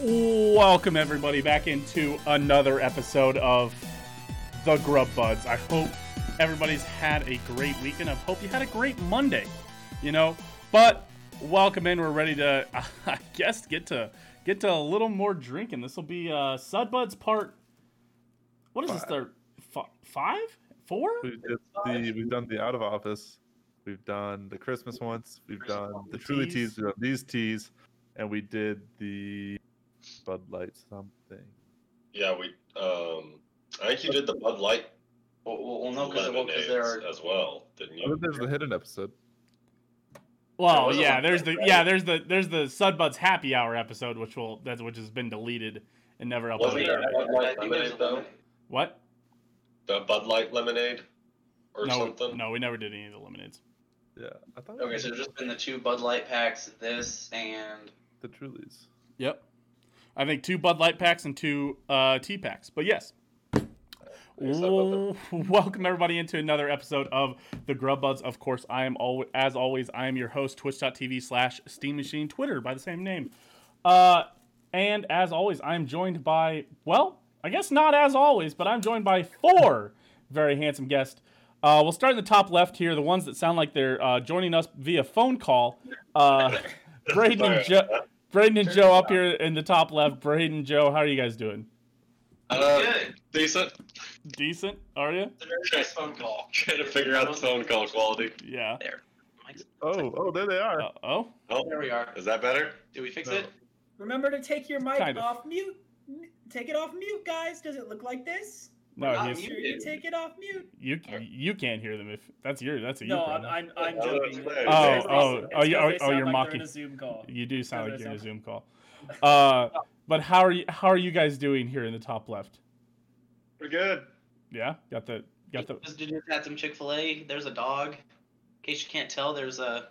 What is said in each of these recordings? Welcome everybody back into another episode of the Grub Buds. I hope everybody's had a great weekend. I hope you had a great Monday, you know. But welcome in. We're ready to, I guess, get to get to a little more drinking. This will be uh, Sud Buds part. What is this? Third, f- five, four? We've, just the, we've done the out of office. We've done the Christmas ones. We've done the truly teas. teas. We've done these teas, and we did the Bud Light something. Yeah, we. Um, I think you did the Bud Light Well, well, well no, because well, 'cause there are. lemonades as well, didn't I you? think there's the hidden episode. Well, was a yeah, lot there's of the that, yeah, right? there's the there's the Sudbuds Happy Hour episode, which will that's which has been deleted and never Was uploaded. it a Bud Light lemonade though? What? The Bud Light lemonade, or no, something. no, we never did any of the lemonades. Yeah, I thought Okay, we so did there's just been the two Bud Light packs, this and the Trulies. Yep. I think two Bud Light packs and two uh, tea packs. But yes. Yes, I love Mm, Welcome everybody into another episode of the Grub Buds. Of course, I am always, as always, I am your host, twitch.tv slash steam machine, Twitter by the same name. Uh, and as always, I'm joined by, well, I guess not as always, but I'm joined by four very handsome guests. Uh, we'll start in the top left here, the ones that sound like they're uh, joining us via phone call. Uh, Braden and Sorry. Joe. Braden and Joe up here in the top left. Braden, Joe, how are you guys doing? Uh, good. Decent. Decent, are you? It's a very nice phone call. Trying to figure out the phone call quality. Yeah. Oh, oh, there they are. Uh, oh, Oh, There we are. is that better? Did we fix No. it? Remember to take your mic Kind of. off mute. M- Take it off mute, guys. Does it look like this? no, Not Make he's, you. sure you take it off mute. you you can't hear them if that's your that's a you No, I'm, problem. I'm, I'm Yeah, joking. that's It's fair. 'cause they- Oh, oh, it's oh, you- 'cause oh, they oh, you're sound like they're mocking. in a Zoom call. you do sound like you're in a Okay. Zoom call. Uh, but how are you how are you guys doing here in the top left? We're good. Yeah, got the got the Just- Did you just have some Chick Fil A? There's a dog. In case you can't tell, there's a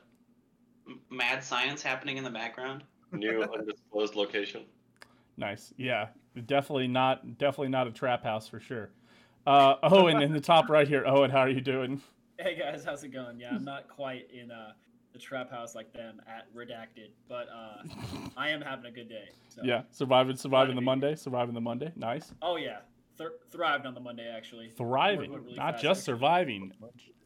m- mad science happening in the background. New undisclosed location. nice. Yeah, definitely not definitely not a trap house for sure. Uh, Owen in the top right here. Owen, how are you doing? Hey guys, how's it going? Yeah, I'm not quite in uh, the trap house like them at Redacted, but uh, I am having a good day. So. Yeah, surviving surviving the be here. Monday, surviving the Monday. Nice. Oh yeah, Thr thrived on the Monday actually. thriving, Working really not fast, just actually. surviving,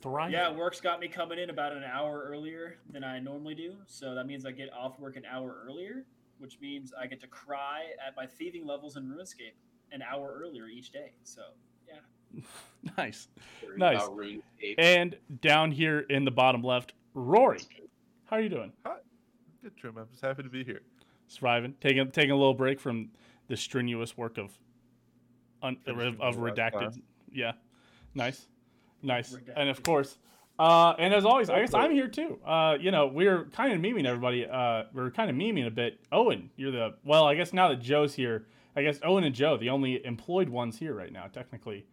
thriving. Yeah, work's got me coming in about an hour earlier than I normally do, so that means I get off work an hour earlier, which means I get to cry at my thieving levels in RuneScape an hour earlier each day. So nice. Nice. About room eight. And down here in the bottom left, Rory, how are you doing? Good trim. I'm just happy to be here. Surviving, taking taking a little break from the strenuous work of un, of, Finishing of the last redacted. class. Yeah, nice, nice, and of Redacted. course. Uh, and as always, I guess I'm here too. Uh, you know, we're kind of memeing everybody. Uh, we're kind of memeing a bit. Owen, you're the well. I guess now that Joe's here, I guess Owen and Joe, the only employed ones here right now. Technically,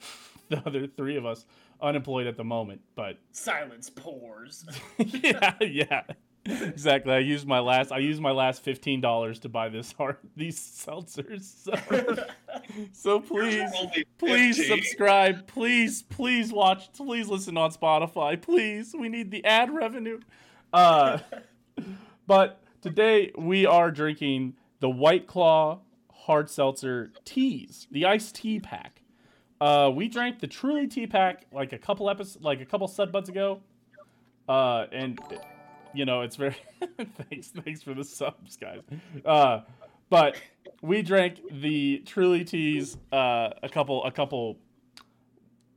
the other three of us unemployed at the moment. But silence pours. yeah, yeah, exactly. I used my last. I used my last fifteen dollars to buy this hard these seltzers. So, so please, please subscribe. Please, please watch. Please listen on Spotify. Please, we need the ad revenue. Uh, but today we are drinking the White Claw hard seltzer teas, the iced tea pack. Uh, we drank the Truly tea pack like a couple episodes, like a couple sud buds ago. Uh, and you know it's very thanks, thanks for the subs, guys. Uh, but we drank the Truly teas uh, a couple, a couple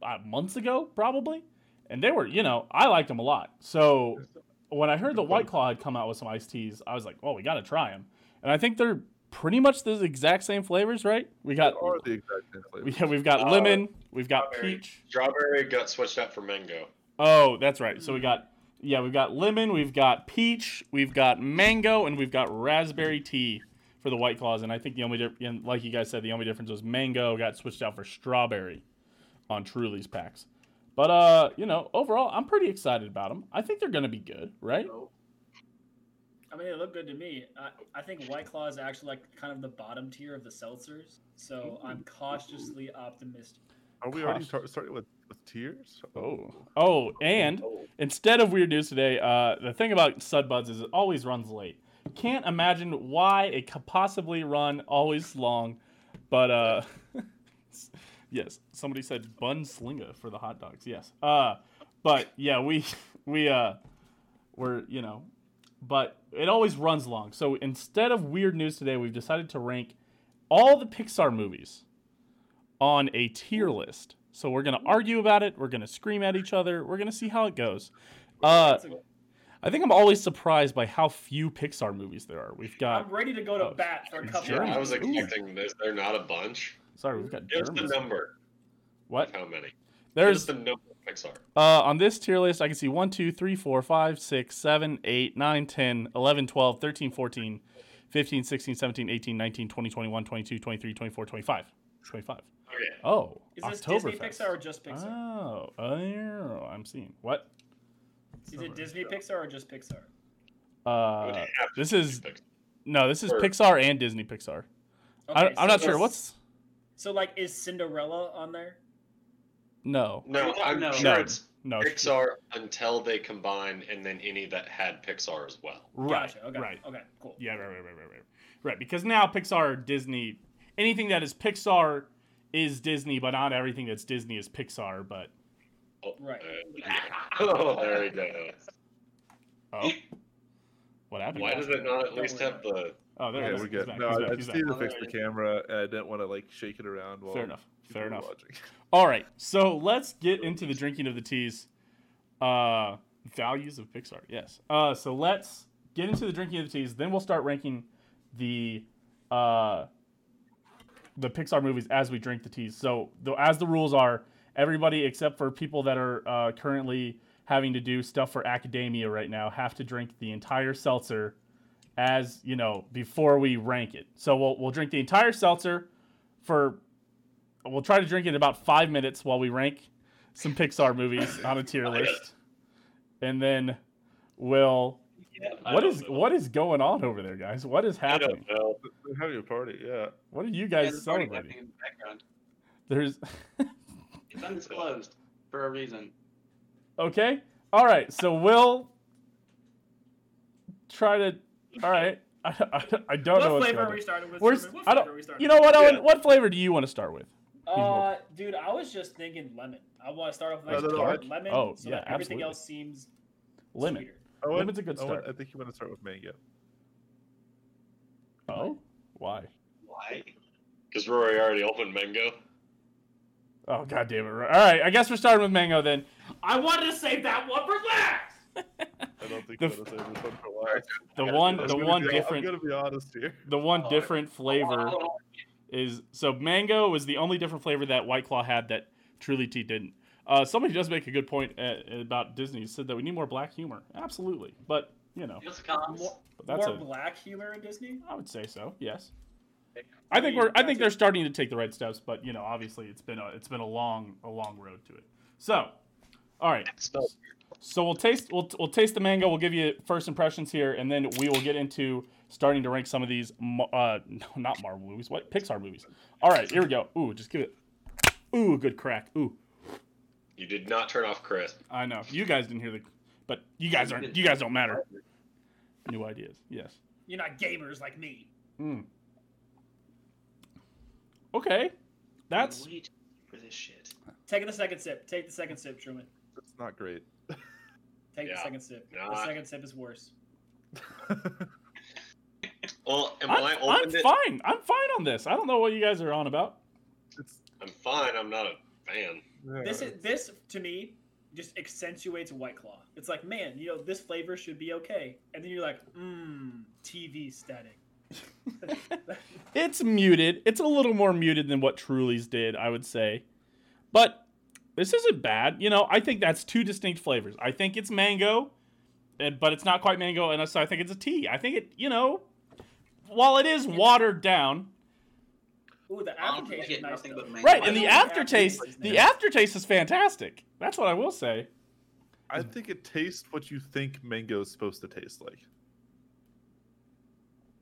uh, months ago, probably, and they were, you know, I liked them a lot. So when I heard that White Claw had come out with some iced teas, I was like, "Oh, we got to try them." And I think they're pretty much the exact same flavors, right? We got They are the exact same flavor. yeah, we've got Uh, lemon, we've got strawberry. peach. Strawberry got switched out for mango. Oh, that's right. So we got yeah, we've got lemon, we've got peach, we've got mango, and we've got raspberry tea for the white claws. And I think the only dif- and like you guys said, the only difference was mango got switched out for strawberry on Truly's packs. But uh, you know, overall, I'm pretty excited about them. I think they're gonna be good, right? I mean, they look good to me. I, I think White Claw is actually like kind of the bottom tier of the seltzers, so I'm cautiously optimistic. Are we already Gosh. tar- starting with, with tears? Oh, oh, and instead of weird news today, uh, the thing about Sudbuds is it always runs late. can't imagine why it could possibly run always long, but uh, yes, somebody said bun slinga for the hot dogs. Yes, uh, but yeah, we we uh, we're you know, but it always runs long. So instead of weird news today, we've decided to rank all the Pixar movies on a tier list. So we're gonna argue about it. We're gonna scream at each other. We're gonna see how it goes. Uh, That's a- I think I'm always surprised by how few Pixar movies there are. We've got I'm ready to go to oh, bat for a it's couple. German. I was Ooh. expecting this. They're not a bunch. sorry, we've got Give us the Germans. number. What? How many? Give There's us the number of Pixar. Uh, on this tier list, I can see 1, 2, 3, 4, 5, 6, 7, 8, 9, 10, 11, 12, 13, 14, 15, 16, 17, 18, 19, 20, 21, 22, 23, 24, 25. 25. Okay. Oh, Is this Disney October. Pixar or just Pixar? Oh, oh, I'm seeing. What? is it Disney Pixar or just Pixar? It would Uh, have to this be is- Pixar. no, this is Or- Pixar and Disney Pixar. I, Okay, I'm so not sure. is- What's. so like is Cinderella on there? No, No, I'm No. sure No. it's no. it's- Pixar until they combine, and then any that had Pixar as well. Right. Gotcha. Okay. Right. Okay. Cool. Yeah, right, right, right, right, right. Right, because now Pixar, Disney, anything that is Pixar is Disney, but not everything that's Disney is Pixar. But Oh, Right. Oh, there we go. oh, what happened? Why does it not at Don't least worry have the? Oh, there Okay, it is. we're He's good. back, No, he's I, back, I he's just back. needed to fix the camera, and I didn't want to like shake it around. While Fair enough. people Fair were enough. watching. All right, so let's get into the drinking of the teas. Uh, values of Pixar, yes. Uh, so let's get into the drinking of the teas. Then we'll start ranking the uh, the Pixar movies as we drink the teas. So the, as the rules are, everybody except for people that are uh, currently having to do stuff for academia right now have to drink the entire seltzer as you know before we rank it. So we'll we'll drink the entire seltzer for we'll try to drink it in about five minutes while we rank some Pixar movies on a tier list, and then we'll. I What don't is know. what is going on over there, guys? What is I don't happening? know. They're having a party, yeah. What are you Yeah, guys there's already celebrating? happening in the background. There's It's undisclosed for a reason. okay. All right, so we'll try to. All right, I, I, I don't know what what's going flavor are on. we starting with? Where's- Simon? what I flavor don't- are we starting You know what, Yeah. Owen? What flavor do you want to start with? Uh, dude, I was just thinking lemon. I want to start off No, with nice no, no, dark I- lemon, Oh, so yeah, that everything absolutely. else seems Lemon. sweeter. Owen- Lemon's a good Owen, start. I think you want to start with mango. Oh, why? Why? Because Rory already opened Mango. Oh god damn it! All right, I guess we're starting with mango then. I wanted to save that one for last. I don't think The you f- want to say this one for a while. The Yeah, one, I'm the I'm gonna one be- different, I'm gonna be honest here. the one Oh, different flavor Oh, is so mango was the only different flavor that White Claw had that Truly Tea didn't. Uh, somebody does make a good point uh about Disney. Said that we need more black humor. Absolutely, but you know oh, Just cons. More, that's more a- black humor in Disney. I would say so. Yes, I think we're. I think they're starting to take the right steps, but you know, obviously, it's been a it's been a long a long road to it. So, all right. Smells So we'll taste we'll, we'll taste the mango. We'll give you first impressions here, and then we will get into starting to rank some of these mo- uh no, not Marvel movies, what Pixar movies. All right, here we go. Ooh, just give it. Ooh, good crack. Ooh, You did not turn off crisp. I know you guys didn't hear the, but you guys aren't. You guys don't matter. New ideas. Yes. You're not gamers like me. Mm. Okay, that's Way too deep for this shit. Taking the second sip. Take the second sip, Truman. It's not great. Take the Yeah. second sip. The Nah. second sip is worse. Well, and when I'm, i I'm opened it, fine. I'm fine on this. I don't know what you guys are on about. it's, I'm fine. I'm not a fan. yeah. This is this to me just accentuates White Claw. It's like, man, you know, this flavor should be okay, and then you're like, mmm, TV static. It's muted. It's a little more muted than what Truly's did, I would say. But this isn't bad. You know, I think that's two distinct flavors. I think it's mango, and- but it's not quite mango, and so I think it's a tea. I think it, you know, while it is watered down, Ooh, the Honestly, I aftertaste get is nice. nothing though. but mango. right? I And the like aftertaste, aftertaste the now. aftertaste is fantastic. That's what I will say. I think it tastes what you think mango is supposed to taste like.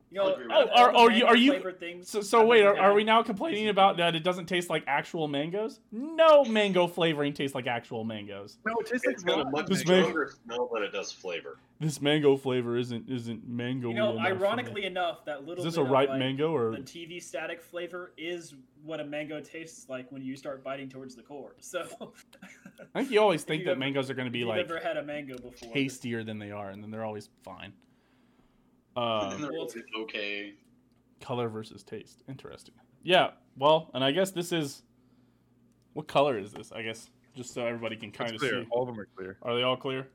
You Yo, agree with oh, that. are, Oh, are you- are you- Flavored things. So, so I've wait, never are, are had. we now complaining about that it doesn't taste like actual mangoes? No mango flavoring tastes like actual mangoes. No, it tastes It's got a much Just make- stronger smell than it does flavor. This mango flavor isn't isn't mango. You know, ironically enough, that little is this bit a of, ripe like, mango or The TV static flavor is what a mango tastes like when you start biting towards the core. So, I think you always think you that ever- mangoes are going to if be you've like ever had a mango before? tastier than they are, and then they're always fine. and Um, then they're well, like, okay. color versus taste, interesting. Yeah, well, and I guess this is what color is this? I guess just so everybody can kind It's of clear. see. All of them are clear. Are they all clear?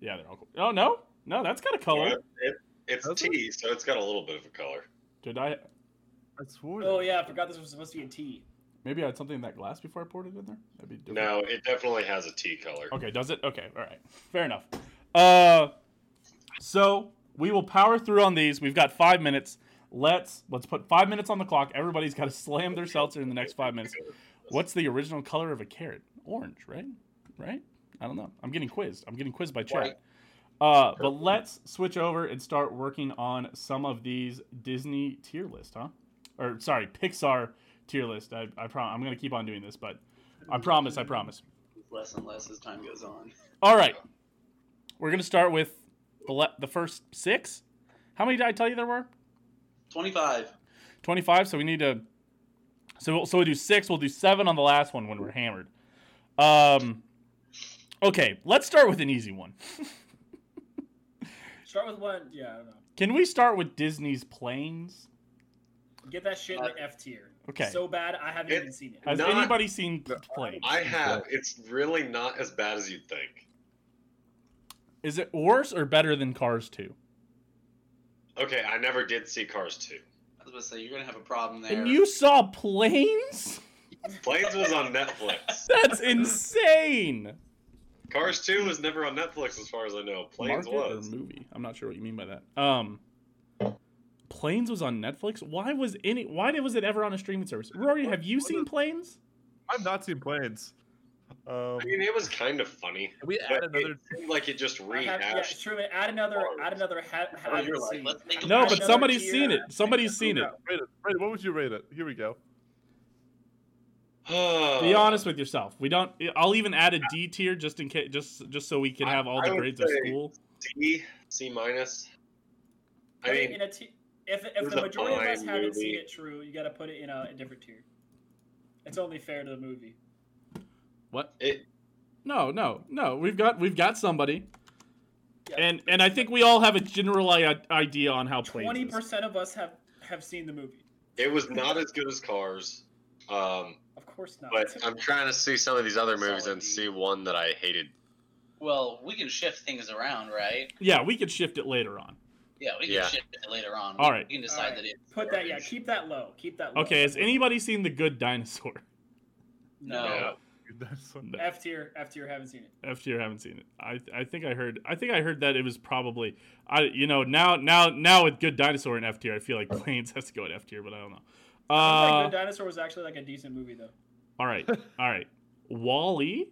Yeah, they're all clear. Oh no, no, that's got a color. Yeah, it, it's Does it? tea, so it's got a little bit of a color. Did I? I swore. Oh yeah, I forgot this was supposed to be a tea. Maybe I had something in that glass before I poured it in there. That'd be different. No, it definitely has a tea color. Okay, does it? Okay, all right. Fair enough. Uh, so we will power through on these. We've got five minutes. Let's let's put five minutes on the clock. Everybody's got to slam their seltzer in the next five minutes. What's the original color of a carrot? Orange, right? Right? I don't know. I'm getting quizzed. I'm getting quizzed by chat. Uh, but let's switch over and start working on some of these Disney tier list, huh? Or sorry, Pixar tier list. I, I prom- I'm gonna keep on doing this, but I promise. I promise. Less and less as time goes on. All right. We're going to start with the, le- the first six. How many did I tell you there were? Twenty-five. 25. So we need to. So, so we do six. We'll do seven on the last one when we're hammered. Um, okay. Let's start with an easy one. Start with one. Yeah, I don't know. Can we start with Disney's planes? Get that shit in Uh, the F tier. Okay. So bad, I haven't It- even seen it. Has Not- anybody seen No, planes? I have. It's really not as bad as you'd think. Is it worse or better than Cars 2? Okay, I never did see Cars 2. I was about to say you're gonna have a problem there. And you saw planes? Planes was on Netflix. That's insane. Cars 2 was never on Netflix as far as I know. Planes Market or was. movie. I'm not sure what you mean by that. Um, Planes was on Netflix. Why was any? Why did- was it ever on a streaming service? Rory, have you seen Planes? I've not seen planes. Um, I mean, it was kind of funny. we But it seemed like like it just I have, yeah, rehashed. Truman, add another, Cars. add another. Ha- Oh, you're haven't like, seen. let's make a No, Add but another somebody's tier. seen it. Somebody's seen it. Yeah, rate it. Rate it. What would you rate it? Here we go. Oh, Be honest with yourself. We don't. I'll even add a D tier just in case, just just so we can have all I- I the would grades of say- school. C, C minus. I Put it mean, in a t- if, if there's the a majority of us fine haven't seen movie. it, true, you got to put it in a, a different tier. It's only fair to the movie. What? it, No, no, no. We've got we've got somebody, Yeah. and and I think we all have a general I- idea on how planes. Twenty is. percent of us have have seen the movie. it was not as good as Cars. Um, Of course not. but I'm trying to see some of these other movies Solid and D. see one that I hated. Well, we can shift things around, right? Yeah, we could shift it later on. Yeah, we can Yeah. shift it later on. All right. We can decide All right. that it. Put that, yeah, keep that low. Keep that low. Okay, has anybody seen The Good Dinosaur? No. Yeah. That's so- No. F tier, F tier, haven't seen it. F tier, haven't seen it. I I think I heard I think I heard that it was probably I you know now now now with good dinosaur in F tier I feel like planes has to go in F tier but I don't know. Seems Uh, like Good Dinosaur was actually like a decent movie though. all right, all right. Wally,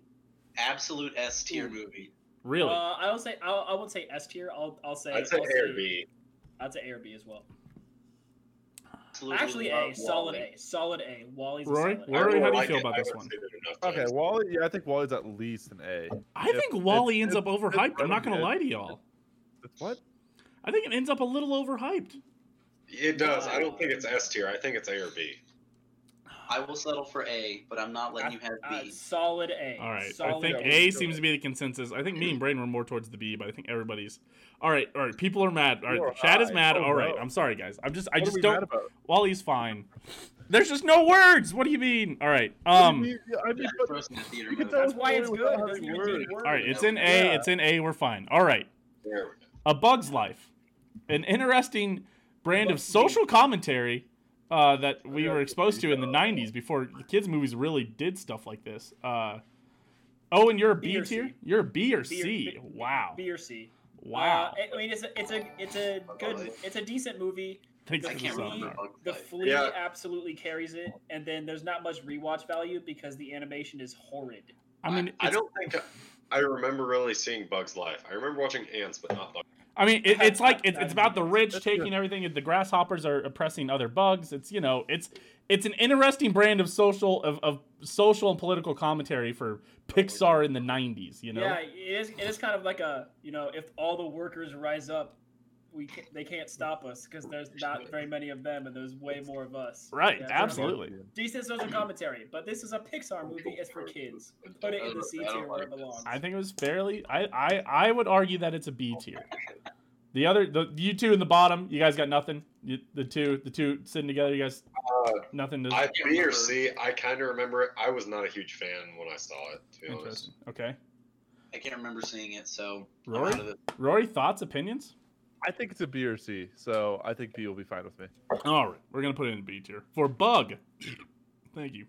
Absolute S tier movie. really? Uh, I will say I'll, I won't say S tier. I'll I'll say I'd say I'll A or B. I'd say A or B as well. Absolutely Actually, A, love solid Wally. A, solid A. Wally's a Rory? solid A. Rory? how do you like feel it. about I this would one? say that enough Okay, times. Wally. Yeah, I think Wally's at least an A. I think It's- Wally it's- ends up it's- overhyped. I'm not gonna it's- lie to y'all. It's What? I think it ends up a little overhyped. It does. I Uh, don't think it's S tier. I think it's A or B. I will settle for A, but I'm not letting you have Uh, B. solid A. All right, Solid I think yeah, A we'll seems go to be the consensus. I think me and Brain were more towards the B, but I think everybody's all right. All right, people are mad. All You are right, chat is high. mad. Oh, All right, no. I'm sorry guys. I'm just I What are just we don't. mad about? Wally's fine. There's just no words. What do you mean? All right. What do Um. you mean? I mean, That's but- the first in the theater you can movie. tell- That's why it's good. It doesn't even Word. need word. All right. It's in A. Yeah. It's in A. We're fine. All right. There we go. A Bug's Life, an interesting brand of social commentary uh, that we were exposed to in the '90s before the kids' movies really did stuff like this. Uh, oh, and you're a B B or C. tier. You're a B or B or- C. B- Wow. B uh, or C. Wow. Uh, I mean, it's a, it's a it's a good it's a decent movie. Thanks I for the can't sub, read. Nar. The Bug's Life. flea Yeah. absolutely carries it, and then there's not much rewatch value because the animation is horrid. I mean, I it's- don't think I, I remember really seeing Bugs Life. I remember watching Ants, but not Bugs. I, I mean, it, it's like it's, it's about the rich That's taking good. everything. and The grasshoppers are oppressing other bugs. It's you know, it's it's an interesting brand of social of, of social and political commentary for Pixar in the '90s. You know, Yeah, it is. It is kind of like a you know, if all the workers rise up, we can, they can't stop us because there's not very many of them, and there's way more of us. right? Yeah, it's absolutely. Decent social commentary, but this is a Pixar movie. It's for kids. Put it in the C I don't tier where like it this. belongs. I think it was fairly. I I I would argue that it's a B tier. The other, the you two in the bottom, you guys got nothing. You, the two, the two sitting together, you guys Uh, nothing to. I B or C, I kind of remember it. I was not a huge fan when I saw it. To be honest, interesting. Okay, I can't remember seeing it, so I'm Rory? out of it. Rory, thoughts, opinions? I think it's a B or C, so I think B will be fine with me. All right, we're gonna put it in B tier for bug. Thank you.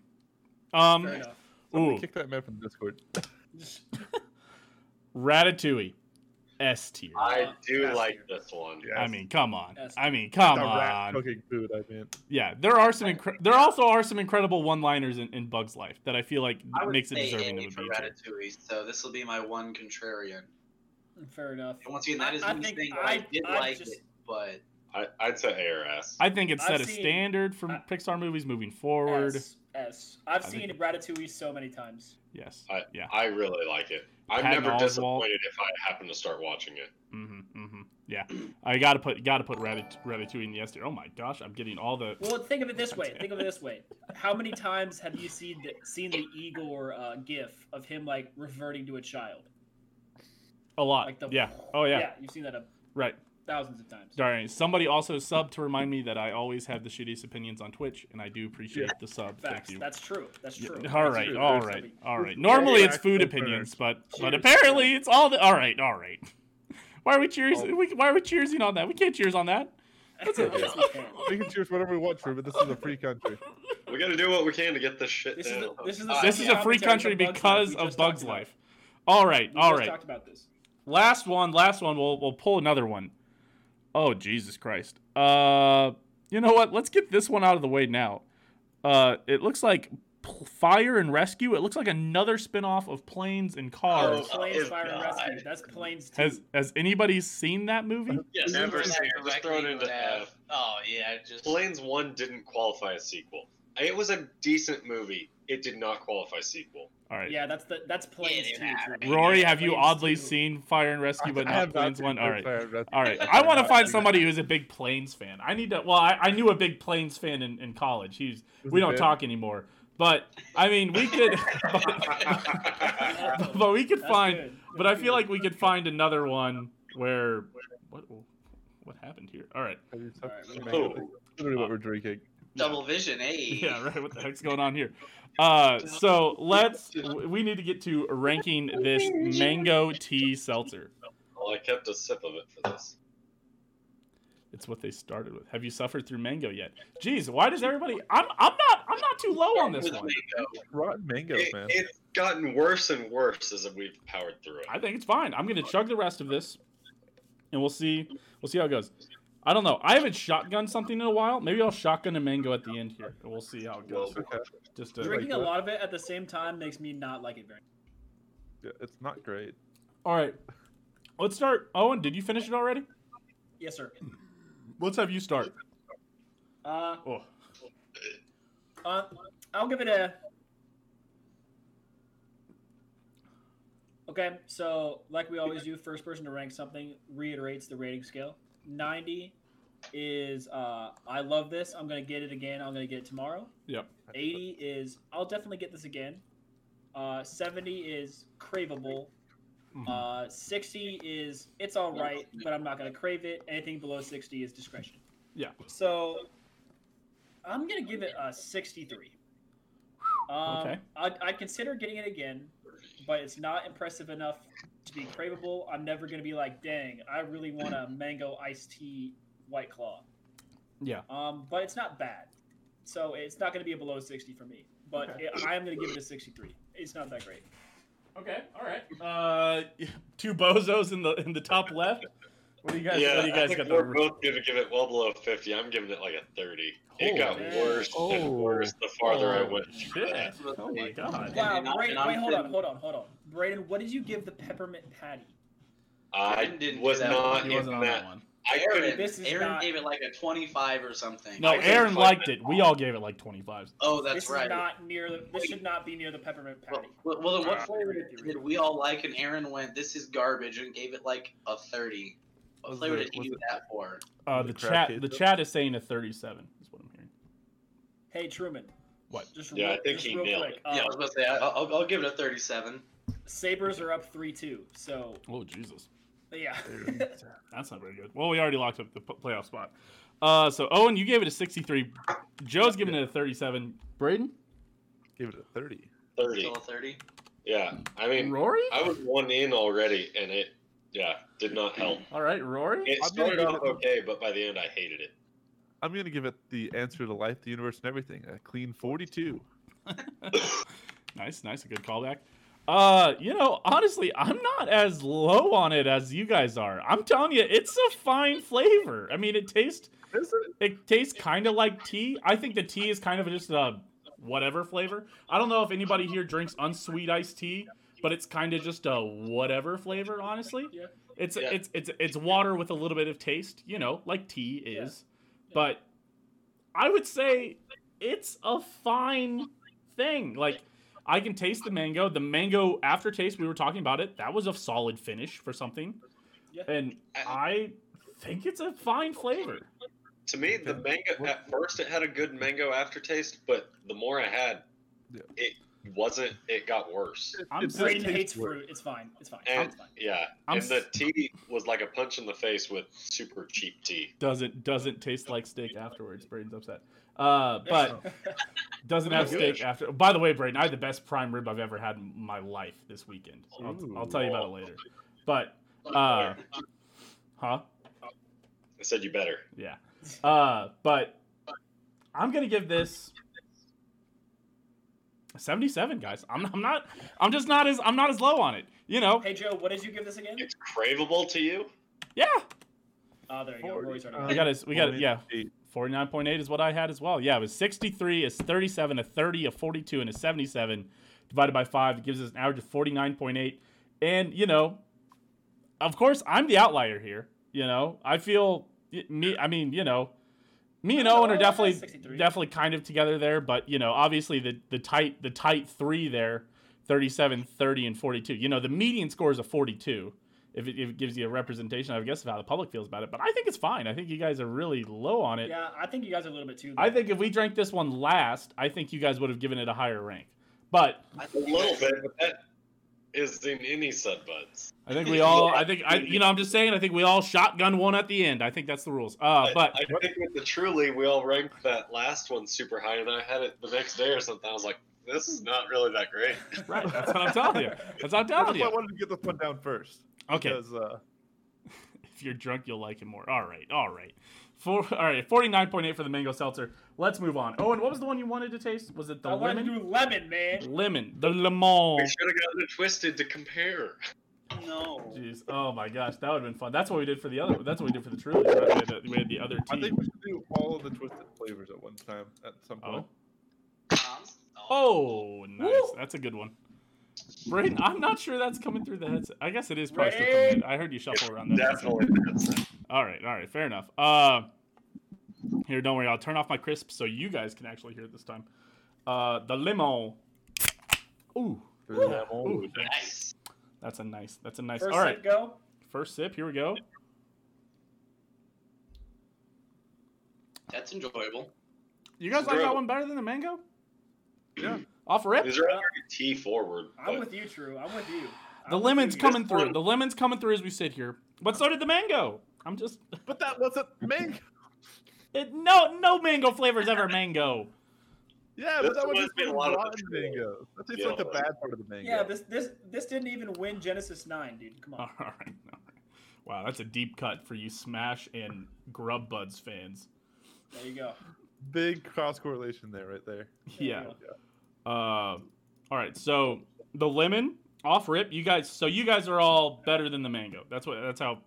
Um, Fair enough. Somebody Ooh. kick that man from Discord. Ratatouille, S tier. I, Uh, I do Last like year. this one. Yes. mean, come on. S I mean, come The rat on. cooking food. I mean, Yeah, there are some. Incre- there also are some incredible one-liners in, in Bug's life that I feel like I would makes it say deserving of A a for B tier. Ratatouille, so this will be my one contrarian. Fair enough. And once again, that is I me think saying I- I, did I like just- it, but I, I'd say A or S. I think it I've set a seen- standard for I- Pixar movies moving forward. S. S. I've I seen think- Ratatouille so many times. Yes. I- yeah. I really like it. I'm Patton never Oswalt. disappointed if I happen to start watching it. Mm-hmm, mm-hmm. Yeah. I gotta put gotta put Ratat- Ratatouille in the S tier. Oh my gosh, I'm getting all the. Well, think of it this way. Think of it this way. How many times have you seen the, seen the Igor uh, gif of him like reverting to a child? A lot. Like the yeah. Oh yeah. you've seen that a, Right. thousands of times. Darn. Somebody also sub to remind me that I always have the shittiest opinions on Twitch, and I do appreciate the sub. Facts. Thank you. That's true. That's Yeah, true. all That's right, true. all There's right, something- all right. Normally it's React food to burn. opinions, but but Cheers. apparently it's all the all right, all right. Why are we cheers? Oh. We, why are we cheersing on that? We can't cheers on that. That's it. Yes, we can. we can choose whatever we want, Drew, but this is a free country. We got to do what we can to get this shit This is down. the, this is, the Uh, This same is a free country commentary for Bugs because Life we of just talked Bugs about. Life. All right, We all just right. talked about this. Last one, last one. We'll we'll pull another one. Oh Jesus Christ. Uh, you know what? Let's get this one out of the way now. Uh, it looks like P- Fire and Rescue. It looks like another spin-off of Planes and Cars. Oh, Planes, oh, fire, and God. rescue. That's planes too. Has Has anybody seen that movie? Yes, Never never seen seen it. Just throw it directly into would F. have- Oh yeah, it just Planes One didn't qualify as sequel. It was a decent movie. It did not qualify sequel. All right. Yeah, that's the that's planes Yeah, too. Drew. Rory, Yeah, have you planes oddly too. seen Fire and Rescue but I not have Planes seen one? All Good right. Fire and Rescue. All right. I want to find somebody who's a big Planes fan. I need to. Well, I, I knew a big Planes fan in, in college. He's. Was We it don't bad? talk anymore. But I mean, we could. Uh, I but we could That's find. good. But I That's feel good. like we could find another one where. What? What happened here? All right. Have you talked Alright, to let me- somebody? Literally what we're drinking. double vision, eh? Yeah, right. What the heck's going on here? Uh, so let's. We need to get to ranking this mango tea seltzer. kept a sip of it for this. It's what they started with. Have you suffered through mango yet? Jeez, why does everybody? I'm I'm not I'm not too low on this one. Rotten mangoes, It, man. it's gotten worse and worse as we've powered through it. I think it's fine. I'm gonna chug the rest of this, and we'll see we'll see how it goes. I don't know. I haven't shotgunned something in a while. Maybe I'll shotgun a mango at the end here, and we'll see how it goes. Okay. Just to, Drinking a lot of it at the same time makes me not like it very. Yeah, it's not great. all right. Let's start. Owen, did you finish it already? Yes, sir. Let's have you start. Uh, Oh, uh, I'll give it a. Okay, so like we always do, first person to rank something reiterates the rating scale. Ninety is uh, I love this. I'm gonna get it again. I'm gonna get it tomorrow. yep. 80 is I'll definitely get this again. Uh, 70 is craveable. Mhm. Uh, 60 is it's all right, but I'm not gonna crave it. Anything below 60 is discretion. Yeah. So I'm gonna give it a 63. Um, Okay. I'd, I'd consider getting it again, but it's not impressive enough to be craveable. I'm never gonna be like, dang, I really want a mango iced tea white claw. Yeah. Um, but it's not bad. So it's not going to be a below 60 for me. But Okay. it, I am going to give it a 63. It's not that great. Okay. All right. Uh, two bozos in the in the top left. What do you guys? yeah, what do you I guys think got? we're The, both gonna give it well below fifty. I'm giving it like a thirty. it got Holy worse and Oh. worse the farther I went. through Oh, shit. that. Oh my god. Wow, and I'm- Bray, and I'm wait, hold on, sitting- hold on, hold on. Braden, what did you give the peppermint patty? I Aaron didn't was do that not one. He in wasn't on that that. one. I Aaron, couldn't. This is Aaron not- gave it like a 25 or something. No, I couldn't Aaron find liked that it. We all gave it like 25. Oh, this that's is right. not near the. This should not be near the peppermint well, patty. well, well, then what Ah. flavor did we all like? And Aaron went, "This is garbage," and gave it like a 30. What Was flavor it- did was he do it- that for? Uh, The the crab chat, cake the though? chat is saying a 37 is what I'm hearing. Hey Truman. What? Just Yeah, real, I think just he real nailed quick. it. Uh, yeah, I was about to say, I- I'll, I'll give it a 37. Sabers are up three two. So Oh Jesus, yeah. that's not very good. Well, we already locked up the p- playoff spot. Uh, so Owen, you gave it a 63. Joe's giving it a 37. Braden, Give it a 30. Thirty. Still a 30. Yeah. I mean, Rory. I was one in already, and it, yeah, did not help. All right, Rory. It I'm started gonna off give it- okay, but by the end, I hated it. I'm gonna give it the answer to life, the universe, and everything. A clean 42. Nice, nice, a good callback. Uh, you know, honestly, I'm not as low on it as you guys are. I'm telling you, it's a fine flavor. I mean, it tastes Is it? It tastes kind of like tea. I think the tea is kind of just a whatever flavor. I don't know if anybody here drinks unsweet iced tea, but it's kind of just a whatever flavor. Honestly, Yeah. it's Yeah. it's it's it's water with a little bit of taste. You know, like tea Yeah. is. But I would say it's a fine thing. Like I can taste the mango. The mango aftertaste we were talking about it. That was a solid finish for something, Yeah. and I think it's a fine flavor. To me, the mango at first it had a good mango aftertaste, but the more I had, Yeah. it wasn't. It got worse. I'm It saying Braden tastes hates weird. fruit. It's fine. It's fine. And it's fine. yeah, I'm and the tea was like a punch in the face with super cheap tea. doesn't doesn't taste like steak afterwards. Braden's upset. Uh, but doesn't have steak after. By the way, Braden, I had the best prime rib I've ever had in my life this weekend. I'll, I'll tell you about it later. But uh, huh? I said you better. Yeah. Uh, but I'm gonna give this. 77 guys I'm, I'm not i'm just not as i'm not as low on it you know hey Joe, what did you give this again? It's craveable to you. yeah Oh, there you go. Rory's already. we got it we got it yeah 48. 49.8 is what I had as well. Yeah, it was 63, is 37, a 30, a 42, and a 77 divided by 5 gives us an average of 49.8. And, you know, of course, I'm the outlier here. You know, I feel y- me, I mean, you know, me and Owen are definitely 63. definitely kind of together there, but you know, obviously the the tight the tight 3 there, 37, 30 and 42. You know, the median score is a 42. If it, if it gives you a representation, I guess, of how the public feels about it. But I think it's fine. I think you guys are really low on it. Yeah, I think you guys are a little bit too. uh, I low. think if we drank this one last, I think you guys would have given it a higher rank. But I A think little bit, but that is in any Sudbuds. I think we all, I think, I, you know, I'm just saying, I think we all shotgun one at the end. I think that's the rules. Uh, I- but I, think with the truly, we all ranked that last one super high, and I had it the next day or something. I was like, this is not really that great. right, that's what I'm telling you. That's what I'm That's telling why I you. wanted to get this one down first. Okay, Because uh, if you're drunk, you'll like it more. All right, all right. Four, all right, 49.8 for the mango seltzer. Let's move on. Owen, what was the one you wanted to taste? Was it the I wanted lemon? to do lemon, man. Lemon, the We lemon. should have gotten it twisted to compare. No. Jeez, oh my gosh, that would have been fun. That's what we did for the other. That's what we did for the truly. We had the, we had the other I team. think we should do all of the twisted flavors at one time at some point. oh. Tom's? Oh, nice. That's a good one. Brayden, I'm not sure that's coming through the headset. I guess it is probably still coming in. I heard you shuffle around that. Definitely. that's- All right, all right, fair enough. Uh, here, don't worry. I'll turn off my crisp so you guys can actually hear it this time. Uh, the limo. Ooh, Ooh. ooh, Nice. that's a nice. That's a nice. First all right, sip go. first sip. Here we go. That's enjoyable. You guys like that Bro. one better than the mango? Yeah. Off rip. These are all pretty tea forward. I'm but with you, True. I'm with you. The I'm with lemon's you. coming through. The lemon's coming through as we sit here. But so did the mango. I'm just. But that wasn't mango. It, no, no mango flavor is ever mango. Yeah, This but that was reminds just me a like lot of the rotten trailer. mango. That tastes Yeah. like the bad part of the mango. Yeah, this this this didn't even win Genesis Nine, dude. Come All on. right, all right. Wow, that's a deep cut for you Smash and Grub Buds fans. There you go. Big cross correlation there, right there. Yeah. Uh, all right. So the lemon off rip. You guys. So you guys are all better than the mango. That's what. That's how.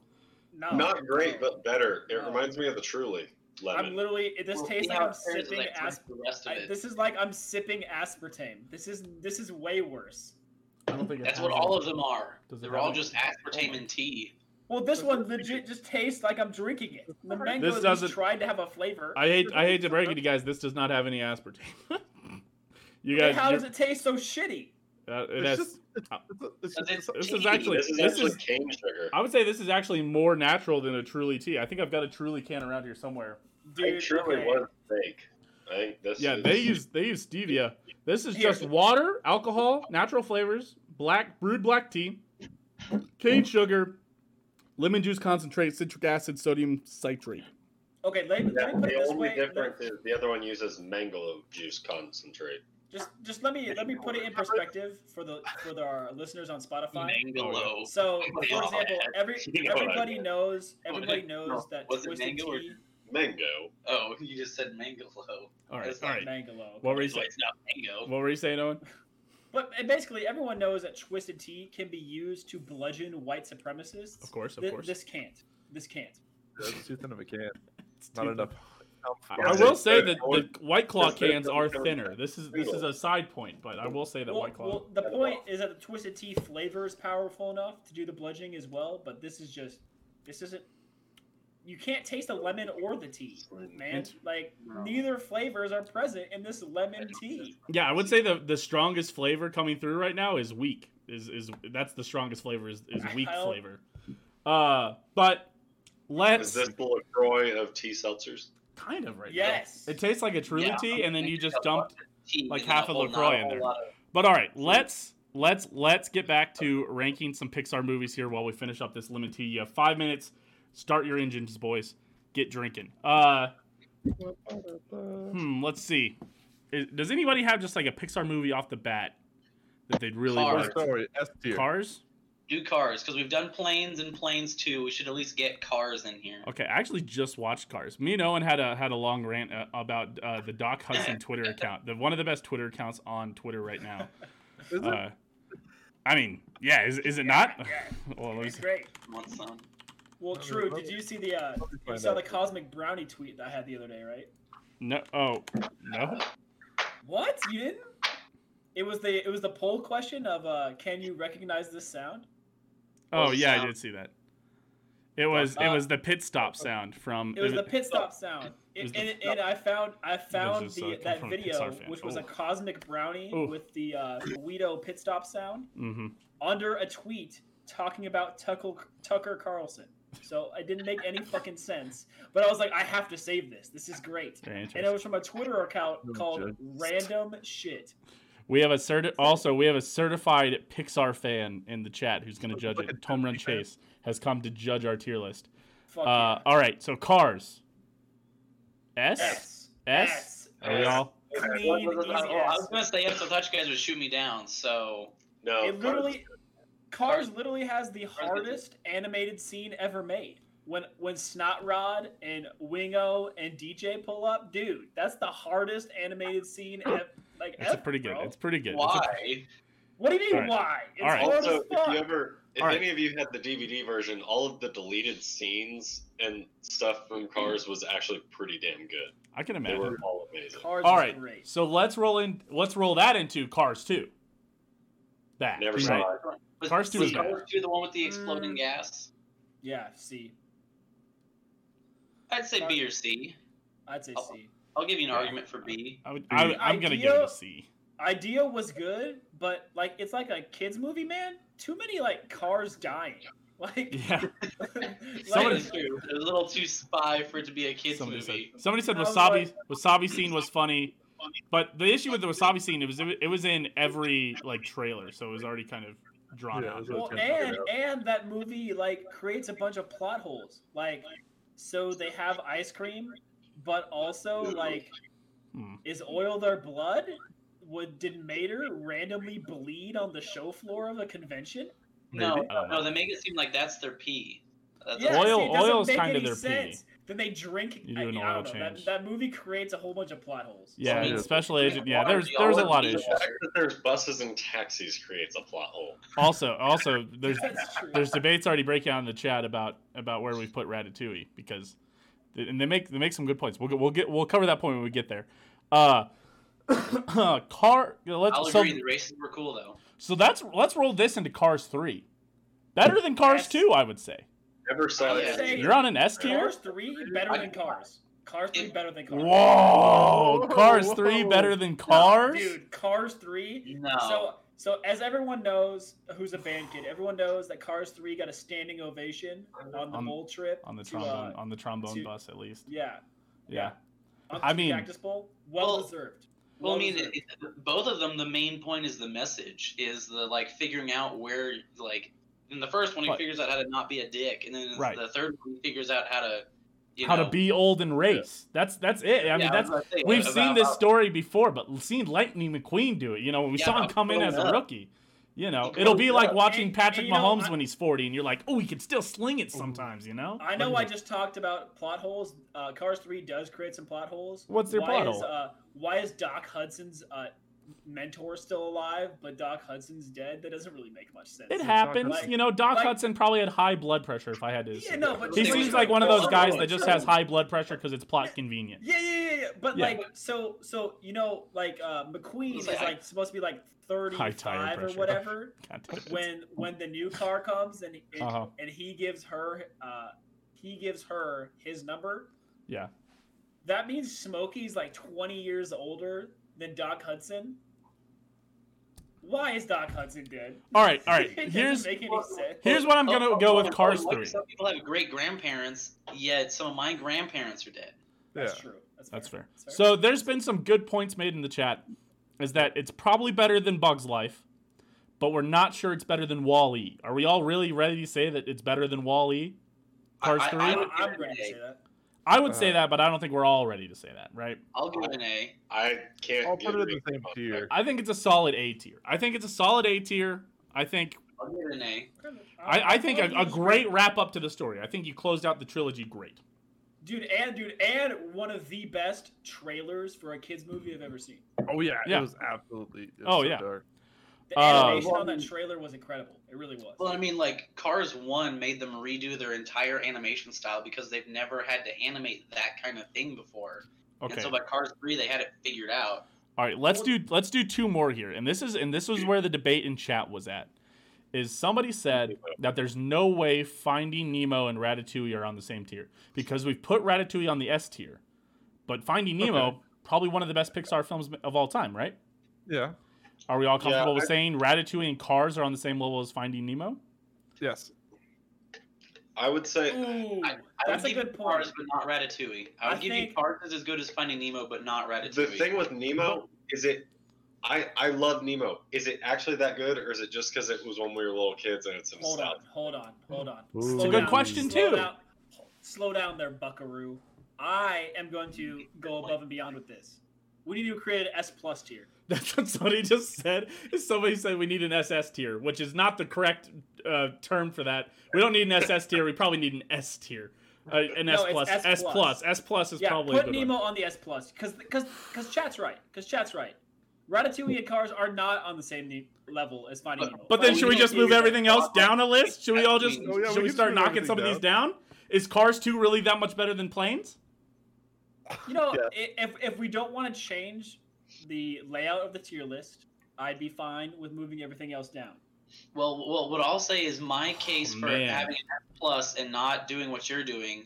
No, Not great, no. but better. It No. reminds me of the truly I'm lemon. literally. It, this We'll see tastes like how I'm it fares sipping next asp- time, the rest of I, it. This is like I'm sipping aspartame. This is this is way worse. I don't think it That's has what it. all of them are. Does it They're all have it? just aspartame and tea. Well, this one legit just tastes like I'm drinking it. The mango This at least doesn't- tried to have a flavor. I hate I hate to break it to you guys. This does not have any aspartame. you Then guys, How does you're- it taste so shitty? uh, it It's has- just- it's- it's- it's- It's- it's- this is Tea. actually This is this actually is cane sugar. I would say this is actually more natural than a Truly tea. I think I've got a Truly can around here somewhere. I think Dude, truly okay. was fake. I think this Yeah, is, they use they use stevia. This is Here. just water, alcohol, natural flavors, black brewed black tea, cane sugar, lemon juice concentrate, citric acid, sodium citrate. Okay, let, Yeah, let me put the it this only way. difference is the other one uses mango juice concentrate. Just, just let me let me put it in perspective for the for the, our listeners on Oh, Spotify. Mango. Oh, So, for yeah. example, every You know what I everybody mean. knows Oh, everybody yeah. knows that Was it twisted mango or- tea Mango. Oh, you just said mango low. All right, It's all not right. mangalo. What were you It's saying? not mango. What were you saying, Owen? But and basically, everyone knows that twisted tea can be used to bludgeon white supremacists. Of course, of Thi- course. This can't. This can't. That's too thin of a can. It's Not too- enough. I Yeah, I it's will just say good. that the White Claw Just good. cans are thinner. This is this is a side point, but I will say that Well, White Claw. well, the point is that the twisted tea flavor is powerful enough to do the bludgeoning as well. But this is just, this isn't. You can't taste the lemon or the tea, man. Int- Like neither flavors are present in this lemon tea. Yeah, I would say the the strongest flavor coming through right now is weak. Is is that's the strongest flavor is, is weak I'll- flavor. Uh, but Is let's this the LaCroix of tea seltzers? kind of right. now. Yes. it tastes like a truly Yeah. tea, and then you just dumped. Tea like is a half a whole- LaCroix not a in whole there. lot of- But all right, let's let's let's get back to ranking some Pixar movies here while we finish up this lemon tea. You have five minutes. Start your engines, boys. Get drinking. Uh, hmm. Let's see. Is, does anybody have just like a Pixar movie off the bat that they'd really Cars. like? Don't worry, Oh, S tier. Cars. Do cars because we've done planes and planes too. We should at least get cars in here. Okay, I actually just watched Cars. Me and Owen had a had a long rant uh, about uh, the Doc Hudson Twitter account, the one of the best Twitter accounts on Twitter right now. Is it? Uh, I mean, yeah, is, is it not? Yeah, well, let me it's see. great. Want some? Well, Let me- true. let Did me- you see the? uh Let me You find saw out. the cosmic brownie tweet that I had the other day, right? no, oh no, What you didn't? It was the it was the poll question of uh, can you recognize this sound? oh the yeah, I sound? did see that. It was it Uh, was the pit stop sound from It was the pit stop sound. It was It, the- and, and I found I found just, uh, the come that from a video Pixar fan. which was a Oof. cosmic brownie Oof. with the uh, Guido pit stop sound hmm under a tweet talking about Tucker Tucker Carlson. So it didn't make any fucking sense. But I was like, I have to save this. This is great. Very And it interesting. was from a Twitter account No called judges. Random Shit. We have a certi- also we have a certified Pixar fan in the chat who's going to judge Look it. at Tom Run Disney fan. Chase has come to judge our tier list. Fuck Uh, all right, so Cars. S. yes. S? Are we S. all? Clean, What was easy I- oh, I S. was gonna say yes. I thought you guys would shoot me down. So Oh, No. It Cars- literally, Cars literally has the hardest animated scene ever made. When when Snot Rod and Wingo and DJ pull up, dude, that's the hardest animated scene. Ev- like It's a ever, pretty good. bro. It's pretty good. It's a- why? What do you mean Alright. why? It's Alright. hard Also, as if you fuck. ever, if All right. any of you had the DVD version, all of the deleted scenes and stuff from Cars was actually pretty damn good. I can They imagine. were all amazing. Cars All is right. great. So let's roll in. Let's roll that into Cars Two. That Never right? saw it. Was, Cars two was is better. Cars two the one with the exploding Mm. gas? Yeah, C. I'd say B or C. I'd say Oh. C. I'll give you an Yeah. argument for B. I would, I, The I'm gonna give it idea- a C. Idea was good, but like it's like a kids movie, man. Too many like cars dying. Like, Yeah. like That Somebody- is true. It was a little too spy for it to be a kids Somebody said, movie. somebody said I was wasabi. wasabi scene was funny, but the issue with the wasabi scene it was it was in every like trailer, so it was already kind of drawn Yeah, it out. was Well, Okay. and and that movie like creates a bunch of plot holes. Like, so they have ice cream, but also like, Hmm. is oil their blood? Would did Mater randomly bleed on the show floor of a convention? no, I don't know. no, they make it seem like that's their P. That's Yeah, Oil- see, it doesn't oil's make kinda any their pee. sense. Then they drink. You do I, an I oil don't know. That, change. that movie creates a whole bunch of plot holes. Yeah, Yeah. and special agent. Yeah, Water there's be all there's a over lot the of The issues. beach. fact that there's buses and taxis creates a plot hole. Also, also there's That's true. there's debates already breaking out in the chat about about where we put Ratatouille because, and they make they make some good points. We'll get we'll get we'll cover that point when we get there. Uh, car. you know, Let's, I'll so agree. The races were cool though. so that's let's roll this into Cars three, better than Cars Yes. two, I would say. Never saw Yeah. that. You're on an S tier. Cars three better than cars. Cars three better than cars. Whoa, Cars three Whoa. better than No, Cars. dude. Cars three. No. So so as everyone knows, who's a band kid? Everyone knows that Cars three got a standing ovation on the On- bowl trip on the to, uh, trombone, on the trombone to- bus at least. yeah, Yeah. on I the mean- practice bowl. Well Well- deserved. Well, I mean, deserved. it, it- both of them. The main point is the message is the like figuring out where like in the first one he Right. figures out how to not be a dick, and then in Right. the third one he figures out how to you How know, to be old and race. That's that's it. I mean, Yeah, that's was gonna say, we've about- seen this about- story before, but seeing Lightning McQueen do it, you know, when we Yeah, saw him about come in growing as a up. rookie, you know, He it'll grows be like up. watching And- Patrick and you know, Mahomes I- Mm-hmm. when he's forty, and you're like, oh, he can still sling it sometimes, you know. I know I just talked about plot holes. Uh, Cars three does create some plot holes. What's their why plot is, hole? Uh, why is Doc Hudson's uh, mentor still alive, but Doc Hudson's dead? That doesn't really make much sense. It Doc happens, Hudson. you know. Doc Like- Hudson probably had high blood pressure. If I had to, yeah, assume. no, but he They were seems trying like to one of kill those him. guys that just has high. high blood pressure because it's plot convenient. Yeah, yeah, yeah, yeah. But Yeah. like, so, so you know, like uh, McQueen is Like, like supposed to be like High tire thirty-five or pressure. whatever God damn it. when when the new car comes and and, Uh-huh. and he gives her uh, he gives her his number. Yeah. That means Smokey's like twenty years older than Doc Hudson. Why is Doc Hudson dead? All right, all right. It doesn't Here's make any sense. here's what I'm gonna Oh, go oh, with oh, Cars like, three. Some people have great grandparents, yet some of my grandparents are dead. Yeah. That's true. That's fair. That's fair. So there's been some good points made in the chat. Is that it's probably better than Bug's Life, but we're not sure it's better than Wall-E. Are we all really ready to say that it's better than Wall-E? Cars I- I- three. I, I, would I'm give ready to it say an that. would say Uh, that, but I don't think we're all ready to say that, right? I'll give it an A. I can't. I'll put give it in a- the same tier. I think it's a solid A tier. I think it's a solid A tier. I think I'll give it an A. I, I think a, a Wall-E's great wrap up to the story. I think you closed out the trilogy great. Dude, and dude, and one of the best trailers for a kids movie I've ever seen. Oh yeah, Yeah. it was absolutely. It was Oh, so yeah. dark. The Uh, animation on Well, that trailer was incredible. It really was. Well, I mean, like Cars One made them redo their entire animation style because they've never had to animate that kind of thing before. Okay. And so by Cars Three, they had it figured out. All right, let's do let's do two more here. And this is and this was where the debate in chat was at. Is somebody said that there's no way Finding Nemo and Ratatouille are on the same tier because we've put Ratatouille on the S tier. But Finding Nemo probably one of the best Pixar films of all time, right? Yeah. Are we all Yeah, comfortable with I- saying Ratatouille and Cars are on the same level as Finding Nemo? Yes. I would say Ooh, I- I that's would a give good you Cars, point. but not Ratatouille. I would I give you think- Cars as good as Finding Nemo, but not Ratatouille. the thing with Nemo is it. I I love Nemo. Is it actually that good, or is it just because it was when we were little kids and it's some Hold on, stuff? hold on, hold on. Ooh. It's a Slow good down, question, slow too. Down, slow down there, Buckaroo. I am going to go above and beyond with this. We need to create an S plus tier. That's what somebody just said. Somebody said we need an SS tier, which is not the correct uh, term for that. We don't need an SS tier. We probably need an S tier, uh, an No, S it's plus, S S plus. plus, S plus is yeah, probably a put good Nemo one. on the S plus, cause, cause, cause chat's right, cause chat's right. Ratatouille and Cars are not on the same ne- level as Finding Nemo. But then Finding should we Nemo just move is- everything else down a list? Should we all just Oh, yeah, we should we can start move knocking some of these everything down? Is Cars two really that much better than Planes? You know, Yeah. i if if we don't want to change the layout of the tier list, I'd be fine with moving everything else down. Well, well, what I'll say is my case Oh, for man. having an F plus and not doing what you're doing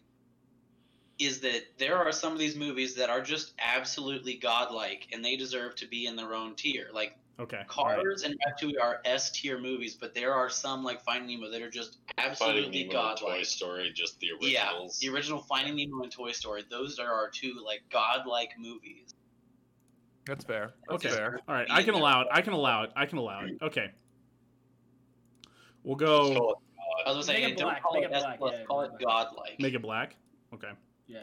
is that there are some of these movies that are just absolutely godlike, and they deserve to be in their own tier. Like Okay. all right. Cars and Ratatouille are S tier movies, but there are some like Finding Nemo that are just Finding absolutely Nemo, Toy godlike. Story, just the Yeah, originals. the original Finding Nemo and Toy Story; those are our two like godlike movies. That's fair. That's Okay. fair. All right. I can allow it. I can allow it. I can allow it. Okay. We'll go Call I was Make gonna say, it don't black, call make it it S black, plus, yeah, call make it it godlike. make it black. Okay. Yeah.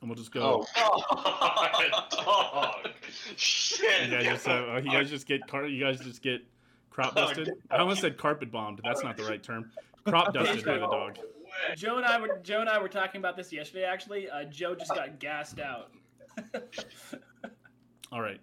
And we'll just it- go. Oh, God, Oh, dog. Shit. You guys just, uh, you guys just get car- you guys just get crop Oh, dusted. I almost said carpet bombed. That's not the right term. Crop dusted by the dog. Joe and I were Joe and I were talking about this yesterday. Actually, uh, Joe just got gassed out. All right,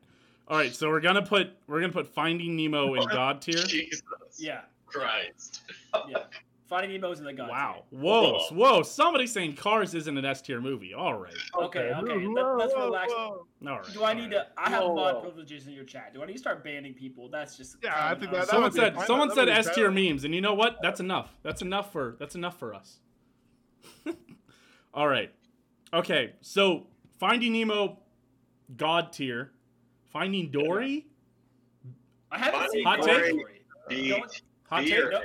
all right. So we're gonna put we're gonna put Finding Nemo in God tier. Jesus Yeah, Christ. yeah. Finding Nemo's in the god. Wow. Whoa. Whoa. Somebody's saying Cars isn't an S tier movie. All right. tier. Okay, okay. Let, let's relax. All right. Do I all need right. to? I have Whoa, mod whoa. privileges in your chat. Do I need to start banning people? That's just Yeah, I think that- Someone that would honest. be a said pilot, someone that said would be S tier better. memes, and you know what? That's enough. That's enough for that's enough for us. All right. Okay. So Finding Nemo, god tier. Finding Dory, I haven't seen Hot Toy take? Story. B, Don't- hot tier. tier. no,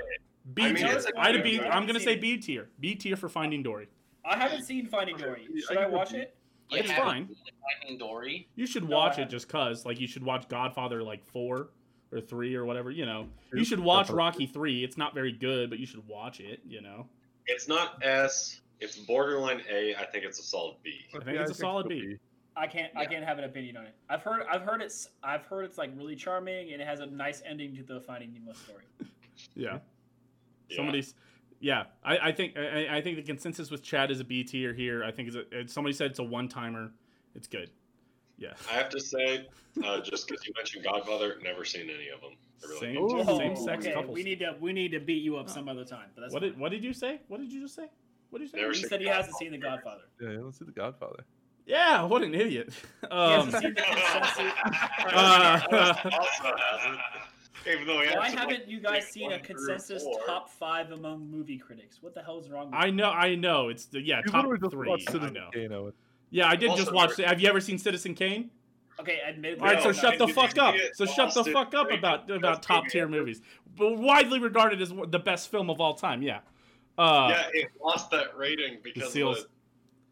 B I mean, tier. it's a- I'd be. I I'm gonna haven't say seen- B tier. B tier for Finding Dory. I haven't seen Finding Dory. Should I I give watch it- it? You It's haven't fine. seen Finding Dory. You should No, I watch it haven't. just cause. Like you should watch Godfather like four or three or whatever. You know. You Two. should watch Definitely. Rocky three. It's not very good, but you should watch it. You know. It's not S. It's borderline A. I think it's a solid B. I think it's a solid B. I can't. I Yeah. can't have an opinion on it. I've heard. I've heard it's. I've heard it's like really charming and it has a nice ending to the Finding Nemo story. Yeah. Yeah. Somebody's. Yeah, I, I think I, I think the consensus with Chad is a B tier here. I think it's a, it, somebody said it's a one timer. It's good. Yeah. I have to say, uh, just because you mentioned Godfather, never seen any of them. I really Same, haven't. Ooh. same sex okay. couples. We need to. We need to beat you up Oh. some other time. But that's what fine. did What did you say? What did you just say? What did you say? Never he seen said he Godfather. hasn't seen The Godfather. Yeah, let's see The Godfather. Yeah, what an idiot. He Um, hasn't seen the consensus. uh, Also hasn't. Even though he hasn't, Why like, haven't you guys picked seen a one through consensus four. top five among movie critics? What the hell is wrong with I know, I know. It's the yeah You top literally just three. watched I Citizen know. Kane, Owen. Yeah, I did just Also- watch. Have you ever seen Citizen Kane? Okay, admittedly. All right, so No, shut I the didn't fuck see up. it. So shut the Austin fuck up Creed about is about best top movie tier ever. movies, but widely regarded as the best film of all time. Yeah. Uh, yeah, it lost that rating because seals. Of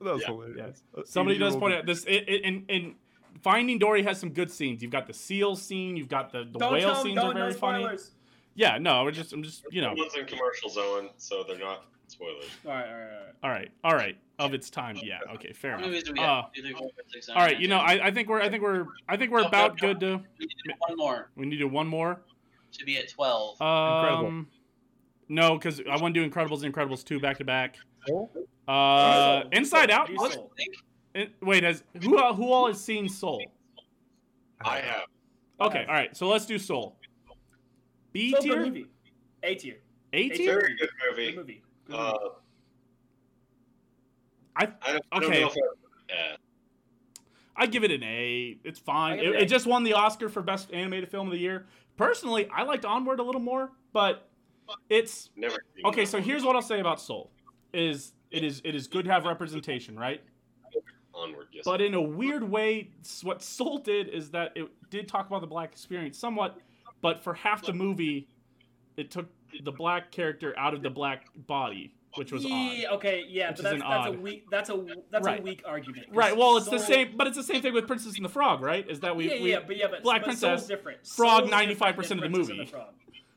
the, That was Yeah. hilarious. A Somebody does eight-year-old point out this it, it, and and Finding Dory has some good scenes. You've got the seal scene. You've got the, the Don't whale tell him, scenes don't, are very no funny. spoilers. Yeah, no, we're just I'm just you know. Someone's in commercials, Owen, so they're not spoilers. All right, all right, all right. All right, all right. Of its time, yeah. Okay, fair How enough. many movies do we Uh, have? Two, three, four, five, six, seven, All right, eight, you know, nine, I, I think we're I think we're I think we're No, about no, no. good to. ten. We need one more We need to do one more. to be at twelve. Um, No, because I want to do Incredibles and Incredibles two back to back. Soul? Uh, Diesel. Inside Out. Diesel. let's- Soul. Think- in- wait, has who all- who all has seen Soul? Uh, I have. Okay, all right. So let's do Soul. B So good E tier, movie. A tier. A It's tier. Very good Good movie. movie. Good Uh, I- I don't okay. know if I, yeah. I give it an A. It's I fine. give it It, an A. it just won the Oscar for best animated film of the year. Personally, I liked Onward a little more, but it's Never. seen Okay, that so one. here's what I'll say about Soul: is it is it is good to have representation, right? onward. Yes. But in a weird way, s- what Soul did is that it did talk about the black experience somewhat, but for half the movie, it took the black character out of the black body, which was odd. yeah, Okay, yeah, Which but is that's, an that's odd. a weak. That's a that's a Right. weak argument. 'cause Right. Well, it's the Soul- same, but it's the same thing with Princess and the Frog, right? Is that we, yeah, we yeah, but yeah, but Black but Princess, Soul's different. Frog Soul's different 95% than of the Princess and movie. Frog.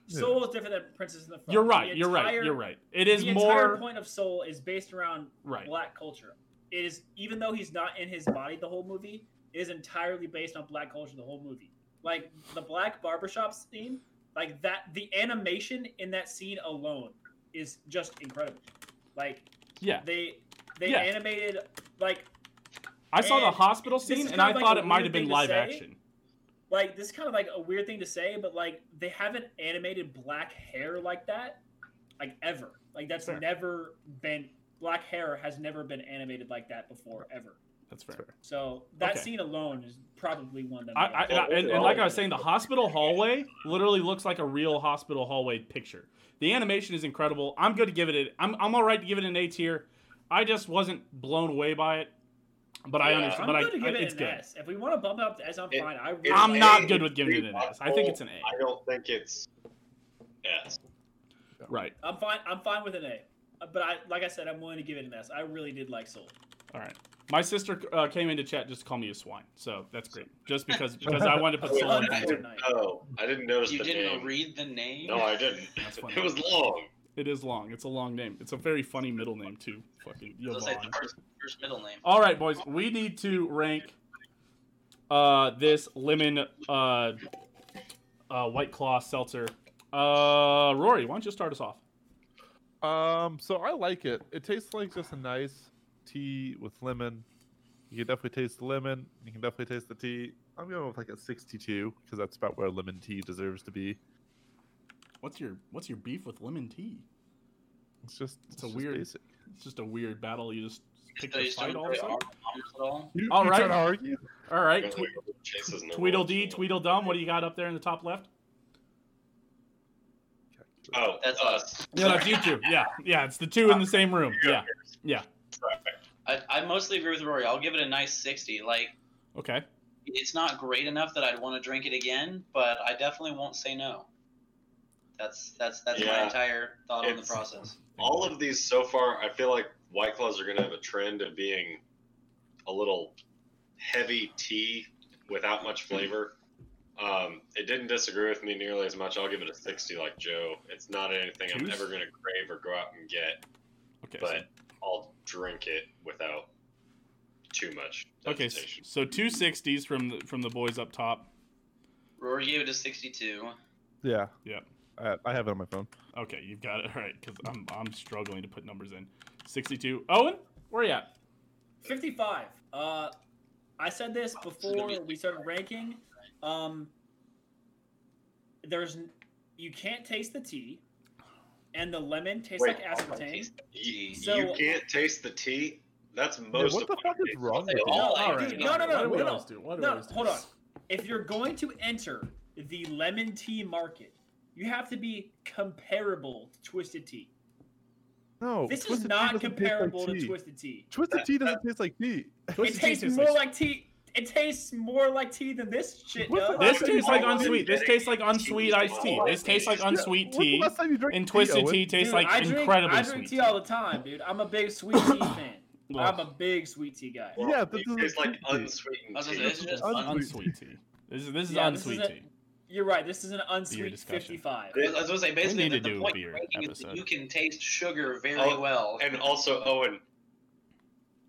Yeah. Soul is different than Princess and the Frog. you're The right. You're right. entire- You're right. It is the entire more point of Soul is based around right. black culture. It is even though he's not in his body the whole movie, it is entirely based on black culture the whole movie. Like the black barbershop scene, like that the animation in that scene alone is just incredible. Like Yeah, they they Yeah. animated like I saw the and hospital this is scene, and kind I of like thought a it might have weird been thing to live say. action. like this is kind of like a weird thing to say, but like they haven't animated black hair like that, like ever. Like that's Fair. never been black hair has never been animated like that before ever. That's fair. So that Okay. scene alone is probably one that I, I, I and, and like I was saying, the hospital hallway literally looks like a real hospital hallway picture. The animation is incredible. I'm good to give it. A, I'm I'm all right to give it an A tier. I just wasn't blown away by it, but I Yeah, I'm understand. But I, gonna give I- it it's an good. S. If we want to bump it up to S, I'm It- fine. I it's I'm A. not good with giving it an S. I think it's an I A. don't think it's S. Right. I'm fine. I'm fine with an A. Uh, But I, like I said, I'm willing to give it an S. I really did like Soul. All right. My sister uh, came into chat just to call me a swine, so that's great. Just because because I wanted to put Wait, soul in what? the answer. Oh, I didn't notice You the didn't name. read the name. No, I didn't. That's funny. It was long. It is long. It's a long name. It's a very funny middle name too. Fucking I was like Yvonne. the first, first middle name. All right, boys. We need to rank uh, this lemon uh, uh, white claw seltzer. Uh, Rory, why don't you start us off? Um, so I like it. It tastes like just a nice tea with lemon. You can definitely taste the lemon. You can definitely taste the tea. I'm going with like a 62 because that's about where lemon tea deserves to be. What's your What's your beef with lemon tea? It's just It's it's, a just weird- basic. It's just a weird battle. You just pick So a you still fight all don't of a read sudden. Arnold Palmer's at all? You, All you right. trying to argue? All right, Because Twe- it chases no Tweedledee, one. Tweedledum. What do you got up there in the top left? Oh, That's us. Uh, Yeah, that's you two. Yeah, yeah. It's the two in the same room. Yeah. Yeah. I, I mostly agree with Rory. I'll give it a nice 60. Like, Okay. it's not great enough that I'd want to drink it again, but I definitely won't say no. That's that's that's my Yeah. entire thought on the It's- process. All of these so far, I feel like White Claws are going to have a trend of being a little heavy tea without much flavor. Um, it didn't disagree with me nearly as much. I'll give it a 60 like Joe. It's not anything I'm Juice? ever going to crave or go out and get, Okay. so- but I'll drink it without too much okay. So, hesitation. so two sixties from the, from the boys up top. Rory gave it a 62. Yeah. Yeah. I, I have it on my phone. Okay, you've got it. All right, because I'm I'm struggling to put numbers in. Sixty-two. Owen, where you at? 55. Uh, I said this before we started ranking. Um, there's n- you can't taste the tea, and the lemon tastes Wait, like Oh I'll aspartame. taste it. You, so- you can't taste the tea? That's Yeah, most what of the fuck is taste. wrong with They you? all All like right. it. No, no, no, Why do we no, no. always do? Why do we No, always do hold on. this? If you're going to enter the lemon tea market, you have to be comparable to Twisted Tea. No. This is Oh, Twisted Tea not doesn't taste like comparable to tea. Twisted Tea. Twisted tea doesn't taste like tea. Twisted Tea it tastes tastes more like tea. It tastes more like tea than this shit What the does. fuck? This tastes like unsweet. This tastes like unsweet iced tea. This tastes like Yeah, unsweet when's the tea. last time you drank And tea, twisted Owen? tea tastes Dude, like I drink, incredibly I drink sweet. tea all the time, dude. I'm a big sweet tea fan. I'm a big sweet tea guy. Yeah, Well, but this it is tastes like unsweet tea. I unsweetened was gonna tea. say, it's just Un- un- unsweet tea. This is this is Yeah, this unsweet is a- tea. You're right. This is an Beer unsweet discussion. 55. I was gonna say basically need the, to the do a point beer you're making is that episode. you can taste sugar very Oh, well. And also, Owen,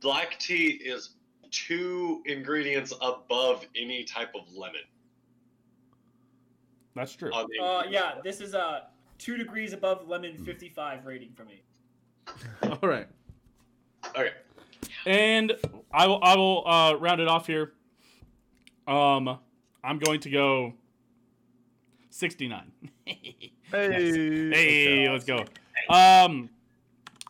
black tea is two ingredients above any type of lemon. That's true. On the Uh, yeah, this is uh, two degrees above lemon 55 rating for me. All right. Okay. And I will I will uh, round it off here. Um, I'm going to go sixty-nine. Hey. Hey, let's go. Um,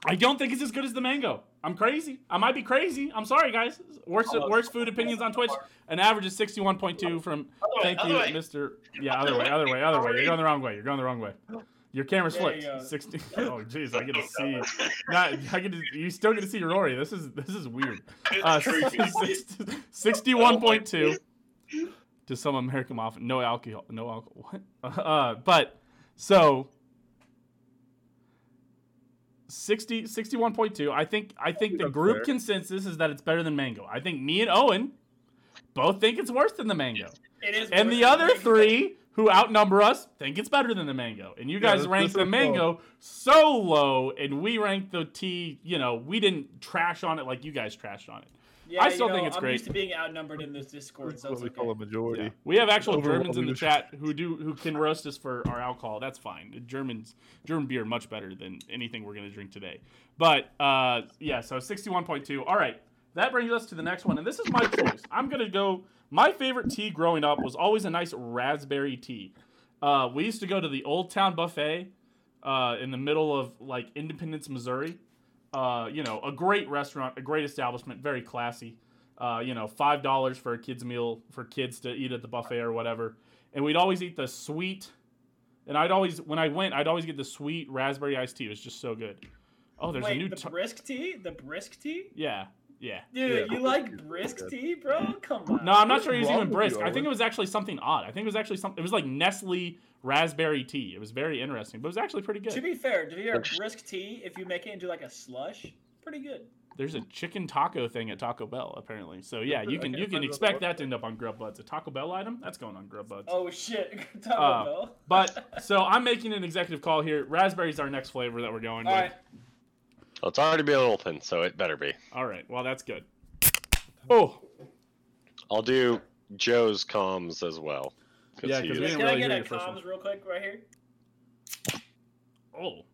I don't think it's as good as the mango. I'm crazy. I might be crazy. I'm sorry, guys. Worst worst food opinions on Twitch. An average of 61.2 from. Oh, Thank you, Oh, other way. Mr. Yeah, other way, other way, other way. You're going the wrong way. You're going the wrong way. Your camera's There you flipped. go. 60. Oh, jeez, I get to see. Not, I get to, you still get to see Rory. This is this is weird. Uh, creepy. 61.2 to some American muffin. No alcohol. No alcohol. What? Uh, but so 60, 61.2. I think I think the That's group fair. consensus is that it's better than mango. I think me and Owen both think it's worse than the mango. It is. And worse the than other Mango. three who outnumber us think it's better than the mango. And you Yeah, guys this- rank this the is mango so low, and we rank the tea. You know, we didn't trash on it like you guys trashed on it. Yeah, I still you know, think it's I'm great. used to being outnumbered in this Discord, That's so it's what we okay. call a majority. Yeah. We have actual Overall, Germans in we the just- chat who do who can roast us for our alcohol. That's fine. The Germans German beer much better than anything we're gonna drink today. But uh, yeah, so sixty one point two. All right, that brings us to the next one, and this is my choice. I'm gonna go. My favorite tea growing up was always a nice raspberry tea. Uh, we used to go to the Old Town Buffet uh, in the middle of like Independence, Missouri. Uh, you know, a great restaurant, a great establishment, very classy uh, you know, five dollars for a kid's meal for kids to eat at the buffet or whatever. And we'd always eat the sweet, and I'd always when I went, I'd always get the sweet raspberry iced tea. It was just so good. Oh, there's Wait, a new the t- brisk tea? The brisk tea? yeah, yeah. Dude, Yeah. you like brisk tea, bro? Come on. No, I'm not What's sure it was wrong even with you, brisk. I think Owen? it was actually something odd. I think it was actually something. It was like Nestle raspberry tea. It was very interesting, but it was actually pretty To good. be fair, to be fair, brisk tea, if you make it into like a slush, pretty good. There's a chicken taco thing at Taco Bell apparently. So yeah, you I can can't you can find it. expect that to end up on Grubhub. It's a Taco Bell item that's going on Grubhub. Oh shit, Taco Uh, Bell. But so I'm making an executive call here. Raspberry's our next flavor that we're going all with. right, Well, it's already been open, so it better be. All right. Well, that's good. Oh, I'll do Joe's comms as well. 'cause Yeah, he 'cause is- we didn't can I really get hear a your first one. comms real quick right here? oh,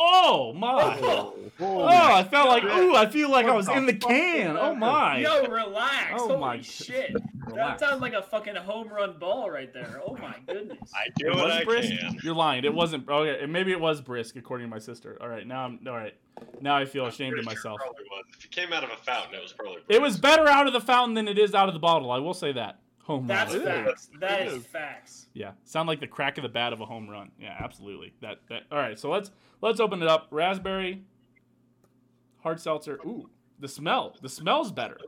oh my! Oh, Oh, I felt like ooh, I feel like I What was the in the fuck can. was Oh that? my! Yo, relax. Oh Holy my shit. That Relax. sounds like a fucking home run ball right there. Oh my goodness. I It do what was I brisk. can. You're lying. It wasn't. Oh yeah, and maybe it was brisk, according to my sister. All right, now I'm. All right, now I feel ashamed of Pretty sure it myself. probably was. If it came out of a fountain, it was probably. It was better out of the fountain than it is out of the bottle. I will say that. Home run. That's Ooh. facts. That Ooh. is facts. Yeah, sound like the crack of the bat of a home run. Yeah, absolutely. That that. All right, so let's let's open it up. Raspberry, Hard seltzer. Ooh, the smell. The smell's better.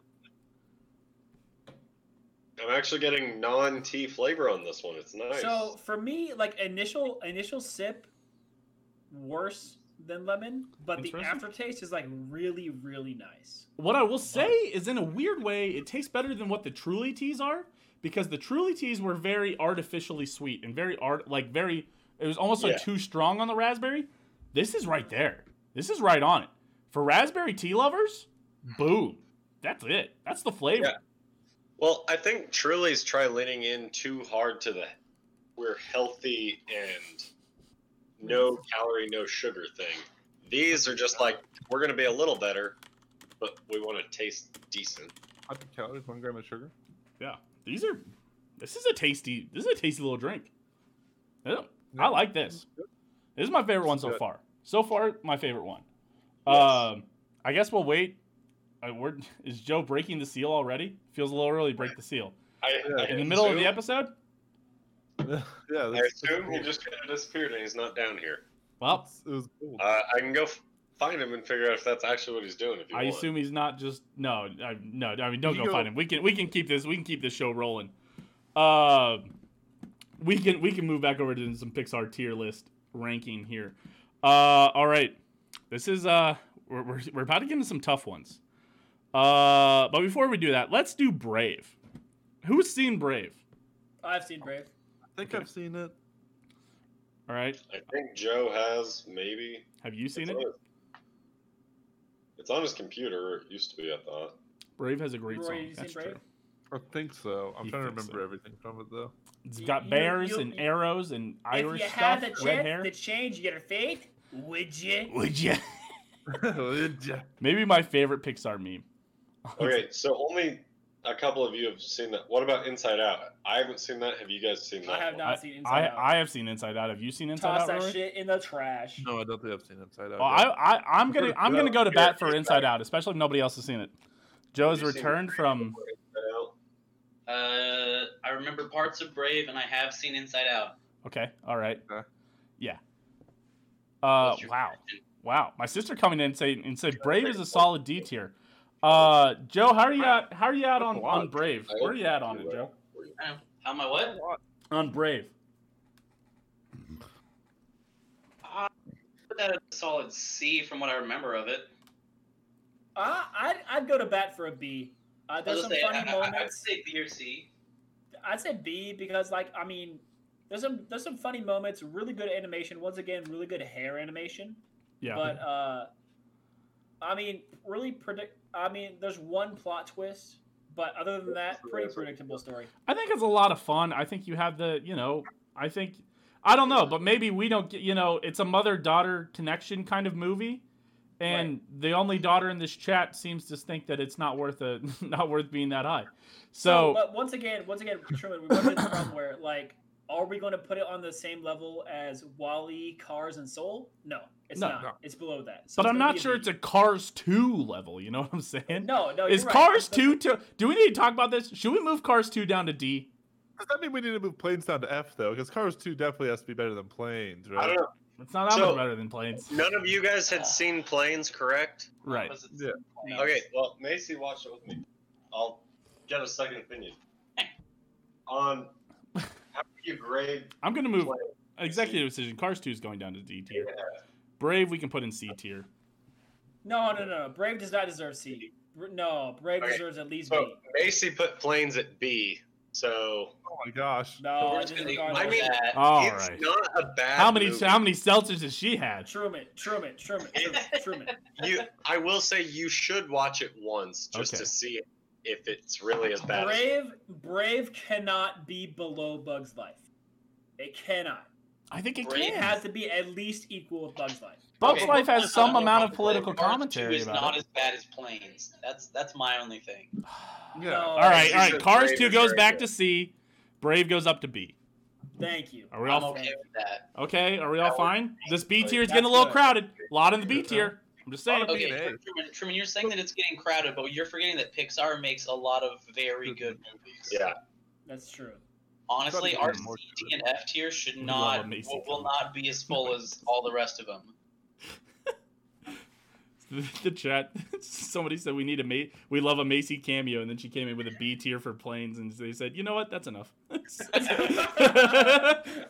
I'm actually getting non-tea flavor on this one. It's nice. So for me, like initial initial sip, worse than lemon, but the Interesting. aftertaste is like really really nice. What I will say is, in a weird way, it tastes better than what the Truly teas are because the Truly teas were very artificially sweet and very art like very. It was almost Yeah. like too strong on the raspberry. This is right there. This is right on it for raspberry tea lovers. Boom. That's it. That's the flavor. Yeah. well, I think Truly's try leaning in too hard to the we're healthy and no calorie, no sugar thing. These are just like we're gonna be a little better, but we want to taste decent. 100 calories, one gram of sugar. Yeah. These are. This is a tasty. This is a tasty little drink. Yeah, I Yeah. like this. This is my favorite one so Good. far. So far, my favorite one. Yes. Um, I guess we'll wait. I, we're, is Joe breaking the seal already? Feels a little early. to Break the seal I, I in the middle of the assume- episode. yeah, I this- assume he just kind of disappeared and he's not down here. Well, It was cool. Uh, I can go f- find him and figure out if that's actually what he's doing. If you I want. assume he's not just no. I, no, I mean don't You go, go- find him. We can we can keep this. We can keep this show rolling. Uh, we can we can move back over to some Pixar tier list ranking here. Uh, all right, this is uh we're, we're, we're about to get into some tough ones. Uh, but before we do that, let's do Brave. Who's seen Brave? I've seen Brave. Oh, I think okay. I've seen it. All right, I think Joe has maybe have you seen it's it? On his, it's on his computer. Or it used to be, I thought. Brave has a great Roy, song. you seen That's true. Brave? I think so. I'm You trying to think remember so. everything from it though. It's You- got you- bears you- and you- arrows and Irish if you stuff, had the red chance hair. to change your fate, would you? Would you? Would ya? Maybe my favorite Pixar meme. Oh, Okay, so only a couple of you have seen that. What about Inside Out? I haven't seen that. Have you guys seen that? I have one? not seen Inside I, Out. I have seen Inside Out. Have you seen Inside Toss Out? that Rory? shit in the trash. No, I don't think I've seen Inside Out. Well, I, yet. I, I'm gonna, I'm gonna go to bat for Inside Inside Out, especially if nobody else has seen it. Joe has Have you seen returned Brave from. before Inside Out? Uh, I remember parts of Brave, and I have seen Inside Out. Okay, all right. Okay. Yeah. Uh, What's your wow, question? wow. My sister coming in and saying and said Brave is a solid D tier. Uh, Joe, how are you at? How are you at on, That's a lot. on Brave? Where are you at on it, Joe? I don't know. Uh, How am I what? On Brave. I put that at a solid C from what I remember of it. I, Uh, I'd, I'd go to bat for a B. Uh, I there's was some gonna say, I, funny I, I, I would moments. say B or C. I'd say B because like I mean, there's some there's some funny moments, really good animation. Once again, really good hair animation. Yeah. But uh, I mean, really predict. I mean, there's one plot twist, but other than that, pretty predictable story. I think it's a lot of fun. I think you have the, you know, I think I don't know, but maybe we don't get, you know, it's a mother-daughter connection kind of movie. And the only daughter in this chat seems to think that it's not worth a not worth being that high. So, but once again, once again, Truman, we went to the problem where like, are we going to put it on the same level as Wally, Cars, and Soul? No, it's No, not. no. It's below that. So but I'm gonna not be sure B. it's a Cars 2 level, you know what I'm saying? No, no. Is you're right. Cars It's a- 2 to Do we need to talk about this? Should we move Cars 2 down to D? Does that mean we need to move planes down to F though? Because Cars 2 definitely has to be better than planes, right? I don't know. It's not that So- much better than planes. None of you guys Ah. had seen Planes, correct? Right. Was it Yeah. No. Okay, well, Macy watched it with me. I'll get a second opinion. On how do you grade I'm going to move Planes? executive decision. Cars 2 is going down to D tier. Brave we can put in C tier. No, no, no, no. Brave does not deserve C. Br- No, Brave Okay, deserves at least So B. Macy put planes at B. So Oh my gosh. No, We're just gonna ignore disregard that. I mean- that. All right. it's not a bad. How many movie. how many seltzers has she had? Truman, Truman, Truman, Truman, Truman. You, I will say you should watch it once just Okay. to see if it's really as bad. as- Brave, Brave cannot be below Bugs Life. It cannot. I think it Brave It can. has to be at least equal with Bugs Life. Bugs Okay. Life has some Uh, amount of Cars political 2 commentary is about not it. as bad as Planes. That's that's my only thing. Yeah. No. All right, all Brave right. Cars is two goes very back good. to C. Brave goes up to B. Thank you. Are we I'm all okay with that. okay? Are we all fine? This B tier is That's getting a little good. crowded. A lot in the B tier. I'm just saying. Lot of Okay, an A. Truman, Truman, you're saying that it's getting crowded, but you're forgetting that Pixar makes a lot of very Mm-hmm. good movies. Yeah. That's true. Honestly, Gotta our be C, more D, and F tier should We not love a Macy will, will comment. not be as full as all the rest of them. the, the chat. Somebody said we need a Ma- we love a Macy cameo, and then she came in with a B tier for planes, and they said, you know what, that's enough.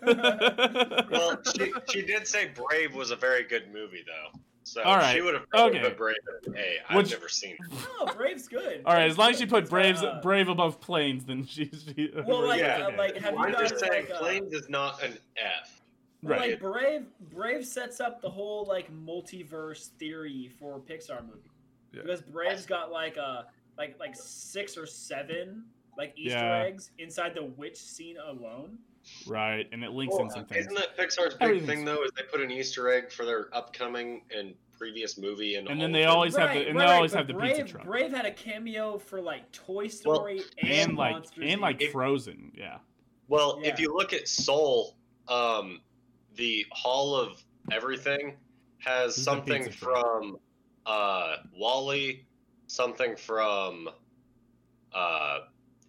Well, she, she did say Brave was a very good movie, though. So All right. she would have probably Okay. put Brave at an A. I've Which- never seen it. No, Oh, Brave's good. All right, as long as Brave's you good. put It's Braves got, uh, Brave above planes, then she's she, Well, like, Yeah. uh, like have I'm you guys just saying, like, uh, Planes is not an F. well, right. like Brave? Brave sets up the whole like multiverse theory for a Pixar movie Yeah. because Brave's got like uh like like six or seven like Easter Yeah. eggs inside the witch scene alone. right, and it links Well, uh, in some things. isn't that Pixar's big Everything's- thing though? Is they put an Easter egg for their upcoming and previous movie, and, And then all they of them. always have the and right, they always but have the Brave, pizza truck Brave had a cameo for like Toy Well, Story and, and like Monsters, and Inc. like If- Frozen, yeah. Well, if Yeah. you look at Soul, um, the Hall of Everything has This is a something pizza truck. from uh, Wally, something from. Uh,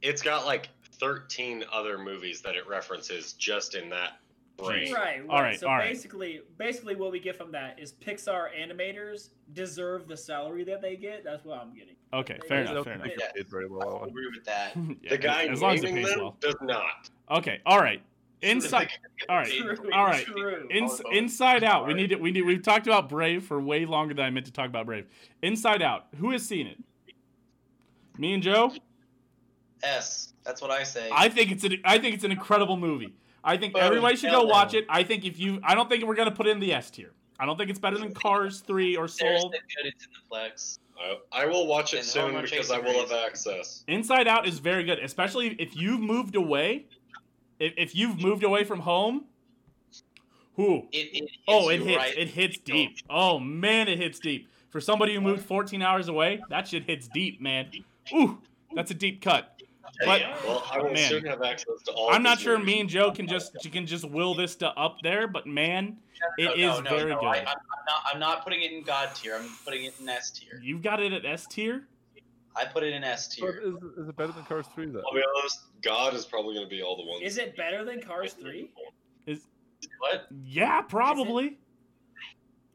it's got like 13 other movies that it references just in that brain. Right, right. All right, so all right. basically, basically, what we get from that is Pixar animators deserve the salary that they get. That's what I'm getting. Okay, They- fair they enough, don't fair enough. think It paid very well. I on- agree with that. Yeah, The guy as long as it naming pays them well. does not. Okay, all right. Inside all right. True, all right. True. Ins- Inside Out. We need to, we need we've talked about Brave for way longer than I meant to talk about Brave. Inside Out. Who has seen it? Me and Joe. S. That's what I say. I think it's an I think it's an incredible movie. I think Oh, everybody should go hell no. watch it. I think if you I don't think we're gonna put it in the S tier. I don't think it's better than Cars Three or There's the Soul. good. It's in the plex. I, I will watch it And soon Homer because Chase I will agrees. have access. Inside Out is very good, especially if you've moved away. If, if you've moved away from home, who? It, it hits Oh, it you hits. Right. It hits deep. Oh man, it hits deep. For somebody who moved 14 hours away, that shit hits deep, man. Ooh, that's a deep cut. But Yeah, well, I will man. soon have access to all. of I'm not these sure movies. me and Joe can just can just will this to up there, but man, no, it no, is no, very no. good. I, I'm, I'm not. I'm not putting it in God tier. I'm putting it in S tier. You've got it at S tier. I put it in S But tier. is, is it better than Cars 3 though? I'll be honest. God is probably going to be all the ones. Is it better than Cars Three? What? Yeah, probably.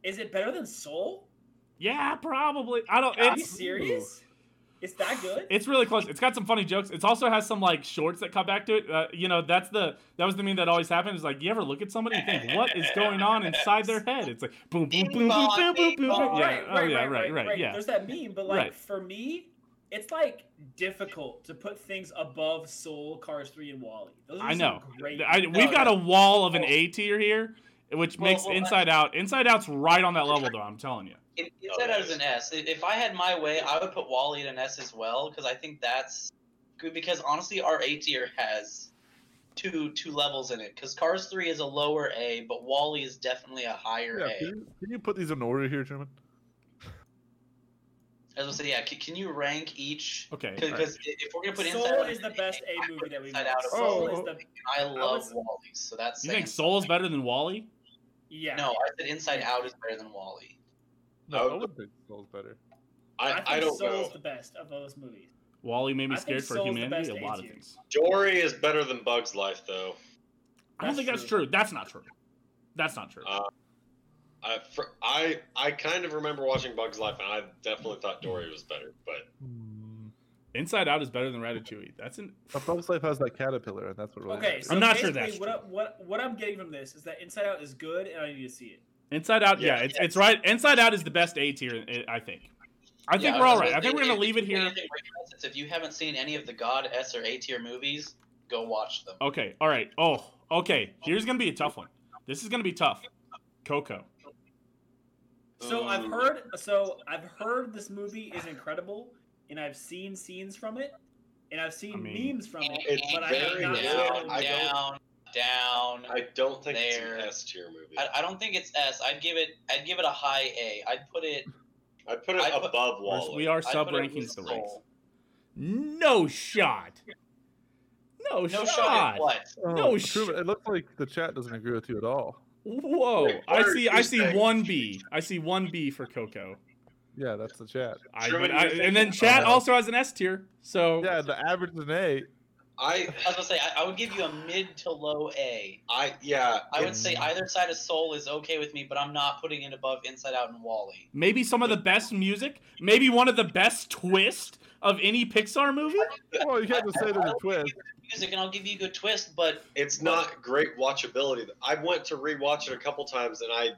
Is it better than Soul? Yeah, probably. I don't. Are you It's serious? It's that good? it's really close. It's got some funny jokes. It also has some like shorts that cut back to it. Uh, you know, that's the that was the meme that always happened. Is like you ever look at somebody and think what is going on inside their head? It's like boom, boom, boom, boom, boom, boom, boom. boom. Meatball, Yeah. Oh yeah, right, right, yeah. There's that meme, but like Right. for me, it's like difficult to put things above Soul, Cars Three, and Wally. Those are I some know. Great I, movies. we've got a wall Oh. of an A tier here, which Well, makes well, I- Inside Out. Inside Out's right on that level, though. I'm telling you. It, it Oh, said yeah. I was an S. If if I had my way, I would put Wally in an S as well because I think that's good. Because honestly, our A tier has two two levels in it. Because Cars Three is a lower A, but Wally is definitely a higher Yeah, A. can, you, can you put these in order here, Truman? As I said, yeah. Can, can you rank each? Okay. all right. Because if we're gonna put Inside Soul Out is in the an best I A put movie that we've Inside made. Out as Soul well. is the I love was- Wally, so that's You think saying Soul's better than Wally? yeah. No, I said Inside Out is better than Wally. No, I Oh. would think Soul's better. I, think I don't Soul's know. the best of those movies. Wally made me I think scared for Soul's the humanity. best A A lot of tier. things. Dory is better than Bug's Life, though. I don't That's think that's true. true. That's not true. That's not true. Uh, I, fr I I kind of remember watching Bug's Life, and I definitely thought Dory was better. But Hmm. Inside Out is better than Ratatouille. That's an. But Bug's Life has that caterpillar, and that's what really. Okay, matters. so I'm not sure basically that's what, I- what what I'm getting from this is that Inside Out is good, and I need to see it. Inside Out, yeah, Yeah. it's, it's right. Inside Out is the best A tier, eh, I- I think. I think Yeah, we're all was right. I gonna think we're say, gonna if- leave it if here. anything, for instance, If you haven't seen any of the God S or A tier movies, go watch them. Okay, all right. Oh, okay. Here's gonna be a tough one. This is gonna be tough. Coco. So I've Ooh. heard. So I've heard this movie is incredible, and I've seen scenes from it, and I've seen I mean- memes from it. It's but I have very not seen good. it. down, I don't- down, down. I don't think it's There. an S tier movie. I, I don't think it's S. I'd give it. I'd give it a high A. I'd put it. I'd put it I put- above We're- Wally. We are I'd sub put it with rankings the ranks. Soul. No shot. No, No shot. shot. at What? Oh, No Truman, sh- it looks like the chat doesn't agree with you at all. Whoa! Wait, I what are see. you I see saying? one B. I see one B for Coco. Yeah, that's the chat. I, Sherman, but I- you're and then thinking- chat Oh, no. also has an S tier. So Yeah, the average is an A. I I was gonna say I, I would give you a mid to low A. I yeah. I would Mm. say either side of Soul is okay with me, but I'm not putting it above Inside Out and Wally. Maybe some of the best music. Maybe one of the best twists of any Pixar movie. Well, you can't just say there's a twist. Music, and I'll give you a good twist, but It's not great watchability. I went to rewatch it a couple times and I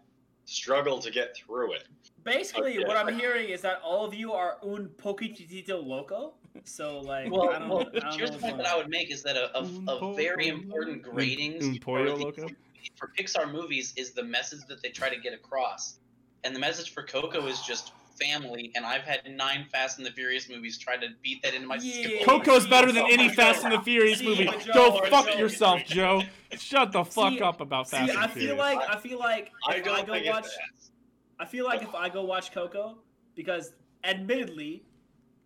struggled to get through it. Basically, Okay. what I'm hearing is that all of you are un poquitito loco. So like, well, I don't, well, I don't here's know the point what's going that I on. would make is that a, Un a, a very pollo important loco. gratings Un for, pollo the- loco. for Pixar movies is the message that they try to get across, and the message for Coco is just family. And I've had nine Fast and the Furious movies try to beat that into my Yeah. skull. Coco's better than Oh any my Fast God. and the Furious See, movie. but Joe, Go but fuck Joe- yourself, Joe. Shut the fuck See, up about Fast See, and I feel Furious. like I feel like I if I, don't go think watch, it's I feel like if I go watch Coco, because admittedly,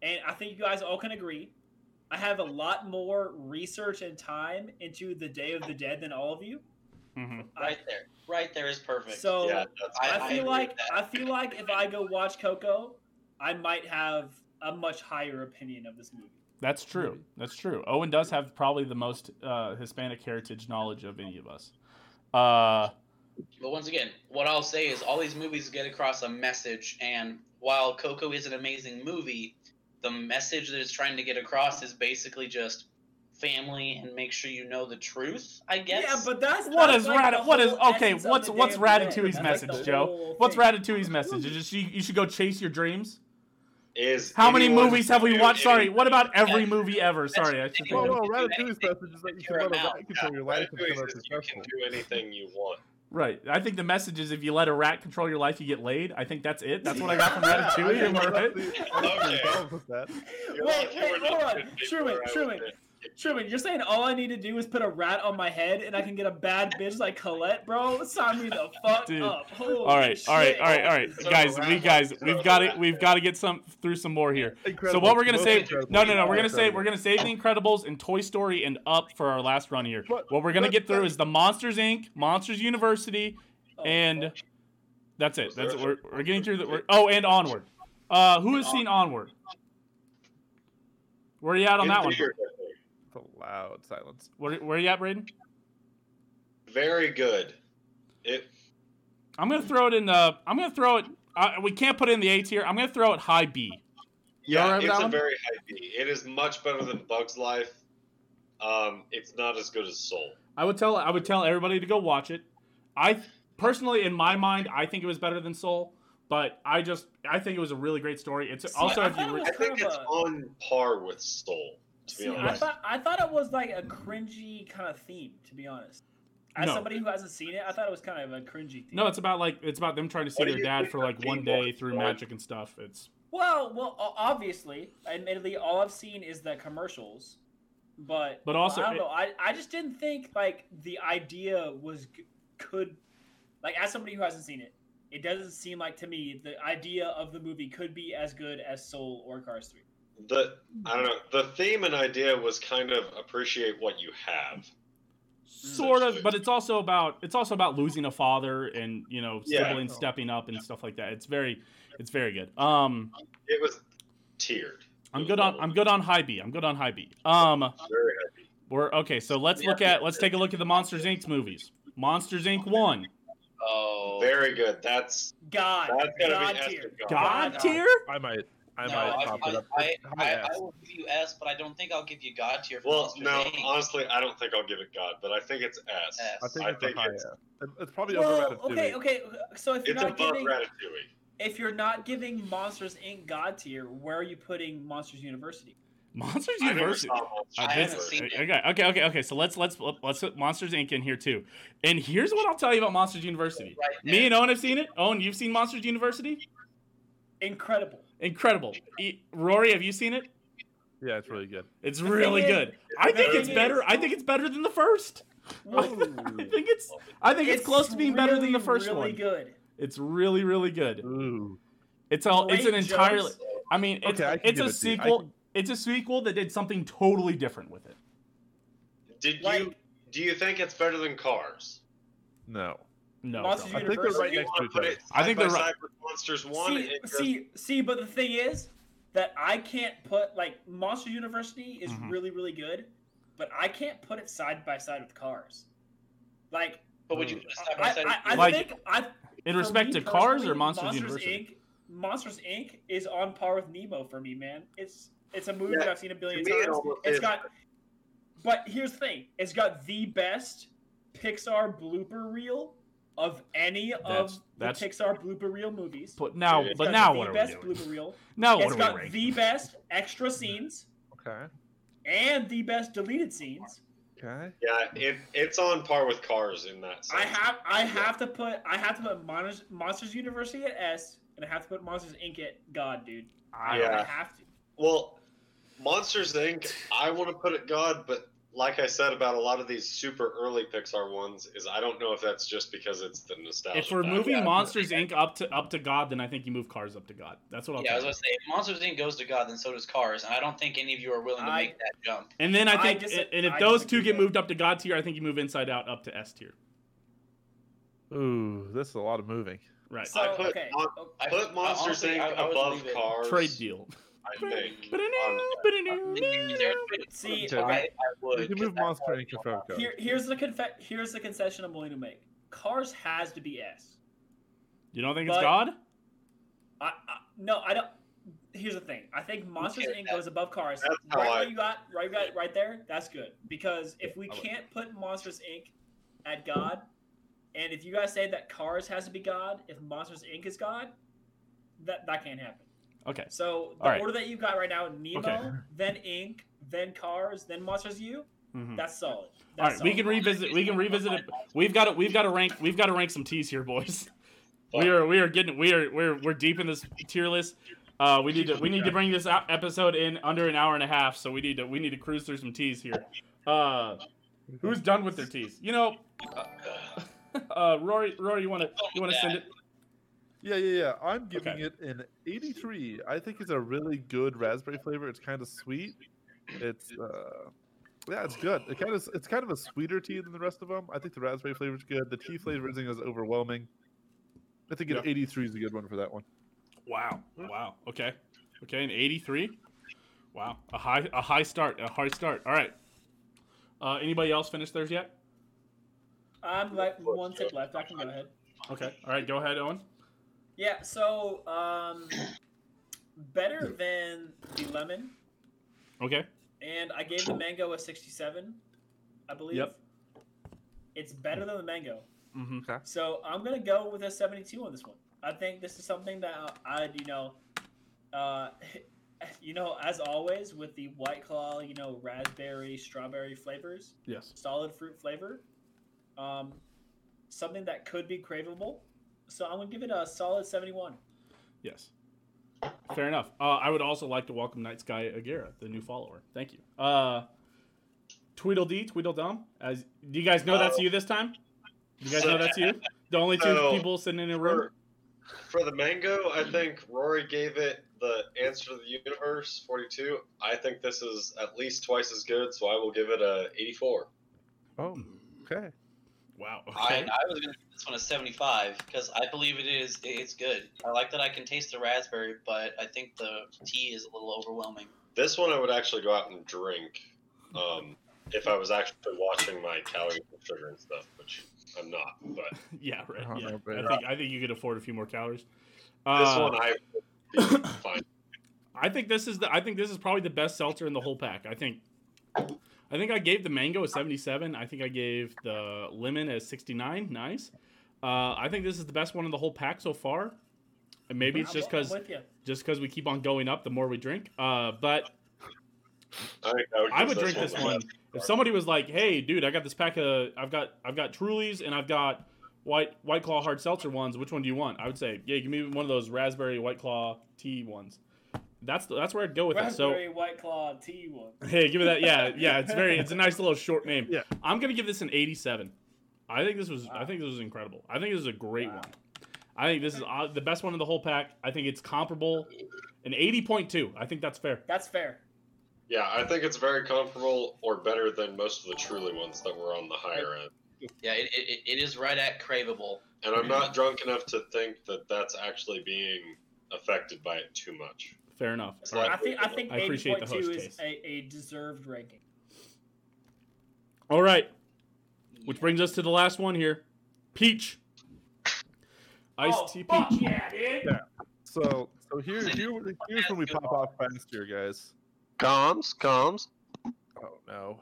and I think you guys all can agree, I have a lot more research and time into the Day of the Dead than all of you. Mhm. Right there, right there is perfect. So yeah, that's I- I, I feel agree like with that. I feel like if I go watch Coco, I might have a much higher opinion of this movie. That's true. That's true. Owen does have probably the most uh, Hispanic heritage knowledge of any of us. Uh, But once again, what I'll say is all these movies get across a message, and while Coco is an amazing movie, the message that it's trying to get across is basically just family and make sure you know the truth. I guess. Yeah, but that's What that's is like Rat- the what is- whole okay, essence of what's- the what's Day of the Dead. Ratatouille's That's like message, the Joe? whole what's thing. Ratatouille's message? Is just you, you should go chase your dreams. is How many anyone- movies have we watched? Sorry, what about every Yeah. movie ever? Sorry, I should. Well, well, You can do Ratatouille's anything message is that you can your let a mouth. rat control your life and Ratatouille become says you can successful. do anything you want. Right. I think the message is if you let a rat control your life, you get laid. I think that's it. That's what I got from Ratatouille. Am I right? Okay. You're Wait, like, you were wait, hold not on, good people Truman, where I Truman, was Truman. You're saying all I need to do is put a rat on my head and I can get a bad bitch like Colette, bro? Sign me the fuck Dude. up. Holy All right, all right, all right, all right, So guys. We Ratatouille- guys, we've got it. Ratatouille. We've got to get some through some more here. So what we're gonna say? No, no, no. We're gonna say we're gonna save the Incredibles and Toy Story and Up for our last run here. But- What we're gonna but- get through is the Monsters Inc., Monsters University, Oh, and fuck. that's it. That's it. We're, we're getting through the. We're, oh, and Onward. Uh, who has seen Onward? Where are you at on in that one? theater. It's a loud silence. Where, where are you at, Braden? Very good. It I'm gonna throw it in. Uh, I'm gonna throw it. Uh, we can't put it in the A tier. I'm gonna throw it high B. all Yeah, right with it's that a one? very high B. It is much better than Bug's Life. Um, it's not as good as Soul. I would tell I would tell everybody to go watch it. I personally, in my mind, I think it was better than Soul, but I just I think it was a really great story. It's See, also I if thought you it re- was I think kind of it's a- on par with Soul. To be See, I honest, thought I thought it was like a cringy kind of theme, to be honest. As No. somebody who hasn't seen it, I thought it was kind of a cringy theme. no, it's about like it's about them trying to see What do their you dad think for of like one Teen day Wolf? through magic and stuff. It's well, well, o- obviously, admittedly, all I've seen is the commercials, but But also I don't it- know. I, I just didn't think like the idea was g- could like as somebody who hasn't seen it, it doesn't seem like to me the idea of the movie could be as good as Soul or Cars Three. the I don't know. The theme and idea was kind of appreciate what you have. Mm, sort of, but it's also about it's also about losing a father and you know Yeah. Oh. siblings stepping up and stuff like that. It's very it's very good. Um, It was tiered. I'm good on I'm good on high B. I'm good on high B. Um, Very high B. we're okay. So let's look at let's take a look at the Monsters Inc. movies. Monsters Inc. One. oh, Very good. That's God, that's gotta God be tier. Esther God God. tier? I might, I no, might I, pop it I, up. I, High I, S. I will give you S, but I don't think I'll give you God tier. for Well, Monsters, no. Inc. Honestly, I don't think I'll give it God, but I think it's S. S. I think I it's think a high it's- S. It- It's probably Well, overrated. okay, okay. So if you're It's not above giving Ratatouille. if you're not giving Monsters Inc. God tier, where are you putting Monsters University? Monsters I never University. saw Monsters Uh, I this- haven't University. seen it. okay, okay, okay, okay. So let's let's let's put Monsters Inc. in here too. And here's what I'll tell you about Monsters University. Right Me there. and Owen have seen it. Owen, you've seen Monsters University? Incredible. Incredible. E- Rory, have you seen it? Yeah, it's really good. It's thing really is- good. I the think thing it's better. is- I think it's better than the first. I Well, think it's I think it's, close to being better than the really, first really one. Good. It's really really good. Ooh. It's all it's an Great entirely jokes. I mean, it's Okay, I can it's give a it to you. I sequel. can- It's a sequel that did something totally different with it. Did you Like- do you think it's better than Cars? No. No. Monsters no. I think they're right University? next to each Put other. it I think side they're by right. side with Monsters One. see, it goes- see, see, but the thing is that I can't put like Monsters University is Mhm. really, really good, but I can't put it side by side with cars. Like But would you put it side by I, side? I, I Like, think I In for respect me to cars or personally, Monsters, University? Inc. Monsters Inc. is on par with Nemo for me, man. It's it's a movie Yeah, that I've seen a billion me, it times. almost It's is. got, but here's the thing: it's got the best Pixar blooper reel of any That's- of that's- the Pixar blooper reel movies. But now, It's but It's got now the what are best we doing? blooper reel. Now it's what are got we ranking? the best extra scenes Okay. and the best deleted scenes. Okay. Yeah, it, it's on par with cars in that sense. I have I have to put I have to put Monsters, Monsters University at S, and I have to put Monsters Inc. at God, dude. I, Yeah. I have to. Well, Monsters Inc. I want to put it God, but like I said about a lot of these super early Pixar ones, is I don't know if that's just because it's the nostalgia. If we're factor. moving yeah. Monsters Inc. up to up to God, then I think you move Cars up to God. That's what I'll yeah, I yeah, was gonna say, if Monsters Inc. goes to God, then so does Cars, and I don't think any of you are willing to I- make that jump. And then I I think, dis- and if I those two disagree get there. moved up to God tier, I think you move Inside Out up to S tier. Ooh, this is a lot of moving. Right. So I put okay, Mon- o- I, Put Monsters honestly, Inc. I- I would above leave it. cars. Trade deal. I think. on- If there's a way to See, tie, I- I would. You can 'cause move that Monster was- Inc. if I've got here, it. here's the confe- here's the concession I'm willing to make. Cars has to be S. You don't think it's But- God? I, I no, I don't. Here's the thing. I think Monsters Okay, Inc. that- goes above Cars. that's how Right I- where you got, right, right, right there. That's good because if we I like can't put Monsters Inc. at God, and if you guys say that Cars has to be God, if Monsters Inc. is God, that that can't happen. Okay. So the All right. order that you got right now: Nemo, Okay. then Inc., then Cars, then Monsters U. Mhm. That's solid. All right, That's we solid. can revisit. We can revisit it. We've got to. We've got to rank. We've got to rank some T's here, boys. We are. We are getting. We are. We're. We're deep in this tier list. Uh, we need to. We need to bring this out- episode in under an hour and a half. So we need to. We need to cruise through some T's here. Uh, who's done with their T's? You know, uh, Rory. Rory, you want to. You want to send it? Yeah, yeah, yeah. I'm giving Okay. it an 83. I think it's a really good raspberry flavor. It's kind of sweet. It's uh, yeah, it's good. It kind of it's kind of a sweeter tea than the rest of them. I think the raspberry flavor is good. The tea flavor isn't as overwhelming. I think an Yeah. 83 is a good one for that one. Wow. Wow. Okay. Okay. An 83. Wow. A high. A high start. A hard start. All right. Uh, anybody else finished theirs yet? I'm like one tip left. I can go ahead. Okay. All right. Go ahead, Owen. Yeah, so um, better than the lemon, Okay. and I gave the mango a 67, I believe. Yep. It's better than the mango, Mm-hmm. so I'm gonna go with a 72 on this one. I think this is something that I, I you know, uh, you know, as always with the White Claw, you know, raspberry, strawberry flavors, Yes. solid fruit flavor, um, something that could be craveable. So I'm gonna give it a solid 71. Yes. Fair enough. Uh, I would also like to welcome Night Sky Aguirre, the new follower. Thank you. Uh, Tweedledee, Tweedledum. As do you guys know that's you this time? You guys know that's you. The only two So- people sitting in a room. For, for the mango, I think Rory gave it the answer to the universe, 42. I think this is at least twice as good, so I will give it a 84. Oh, okay. Wow. I, Okay. I was gonna give this one a 75 because I believe it is. It's good. I like that I can taste the raspberry, but I think the tea is a little overwhelming. This one I would actually go out and drink um, if I was actually watching my calories and sugar and stuff, which I'm not. But this yeah. I Right. don't Yeah. know, but- I think I think you could afford a few more calories. Uh, one I would be fine. I think this is the. I think this is probably the best seltzer in the whole pack. I think. I think I gave the mango a seventy-seven. I think I gave the lemon a sixty-nine. Nice. Uh, I think this is the best one in the whole pack so far. And maybe it's I'm- just I'm because with ya. just because we keep on going up the more we drink. Uh, but I, think I would, I give would drink this the one best. if somebody was like, "Hey, dude, I got this pack of I've got I've got Trulies and I've got white White Claw hard seltzer ones. Which one do you want?" I would say, "Yeah, give me one of those raspberry White Claw tea ones." That's the, that's where I'd go with it. So Raspberry White Claw T one. Hey, give me that. Yeah, yeah. It's very. It's a nice little short name. Yeah. I'm gonna give this an 87. I think this was. I Wow. think this was incredible. I think this is a great Wow. one. I think this is uh, the best one in the whole pack. I think it's comparable. An 80.2. I think that's fair. That's fair. Yeah, I think it's very comparable or better than most of the truly ones that were on the higher end. Yeah, it, it, it is right at craveable. And I'm not drunk enough to think that that's actually being affected by it too much. Fair enough. It's All right. I think I think I eighty appreciate the point two host is taste. a, a deserved ranking. All right, which brings us to the last one here, peach. Iced tea Oh, fuck peach. yeah, dude. So so here, here here's when we pop off fast here, guys. Comms, comms. Oh no.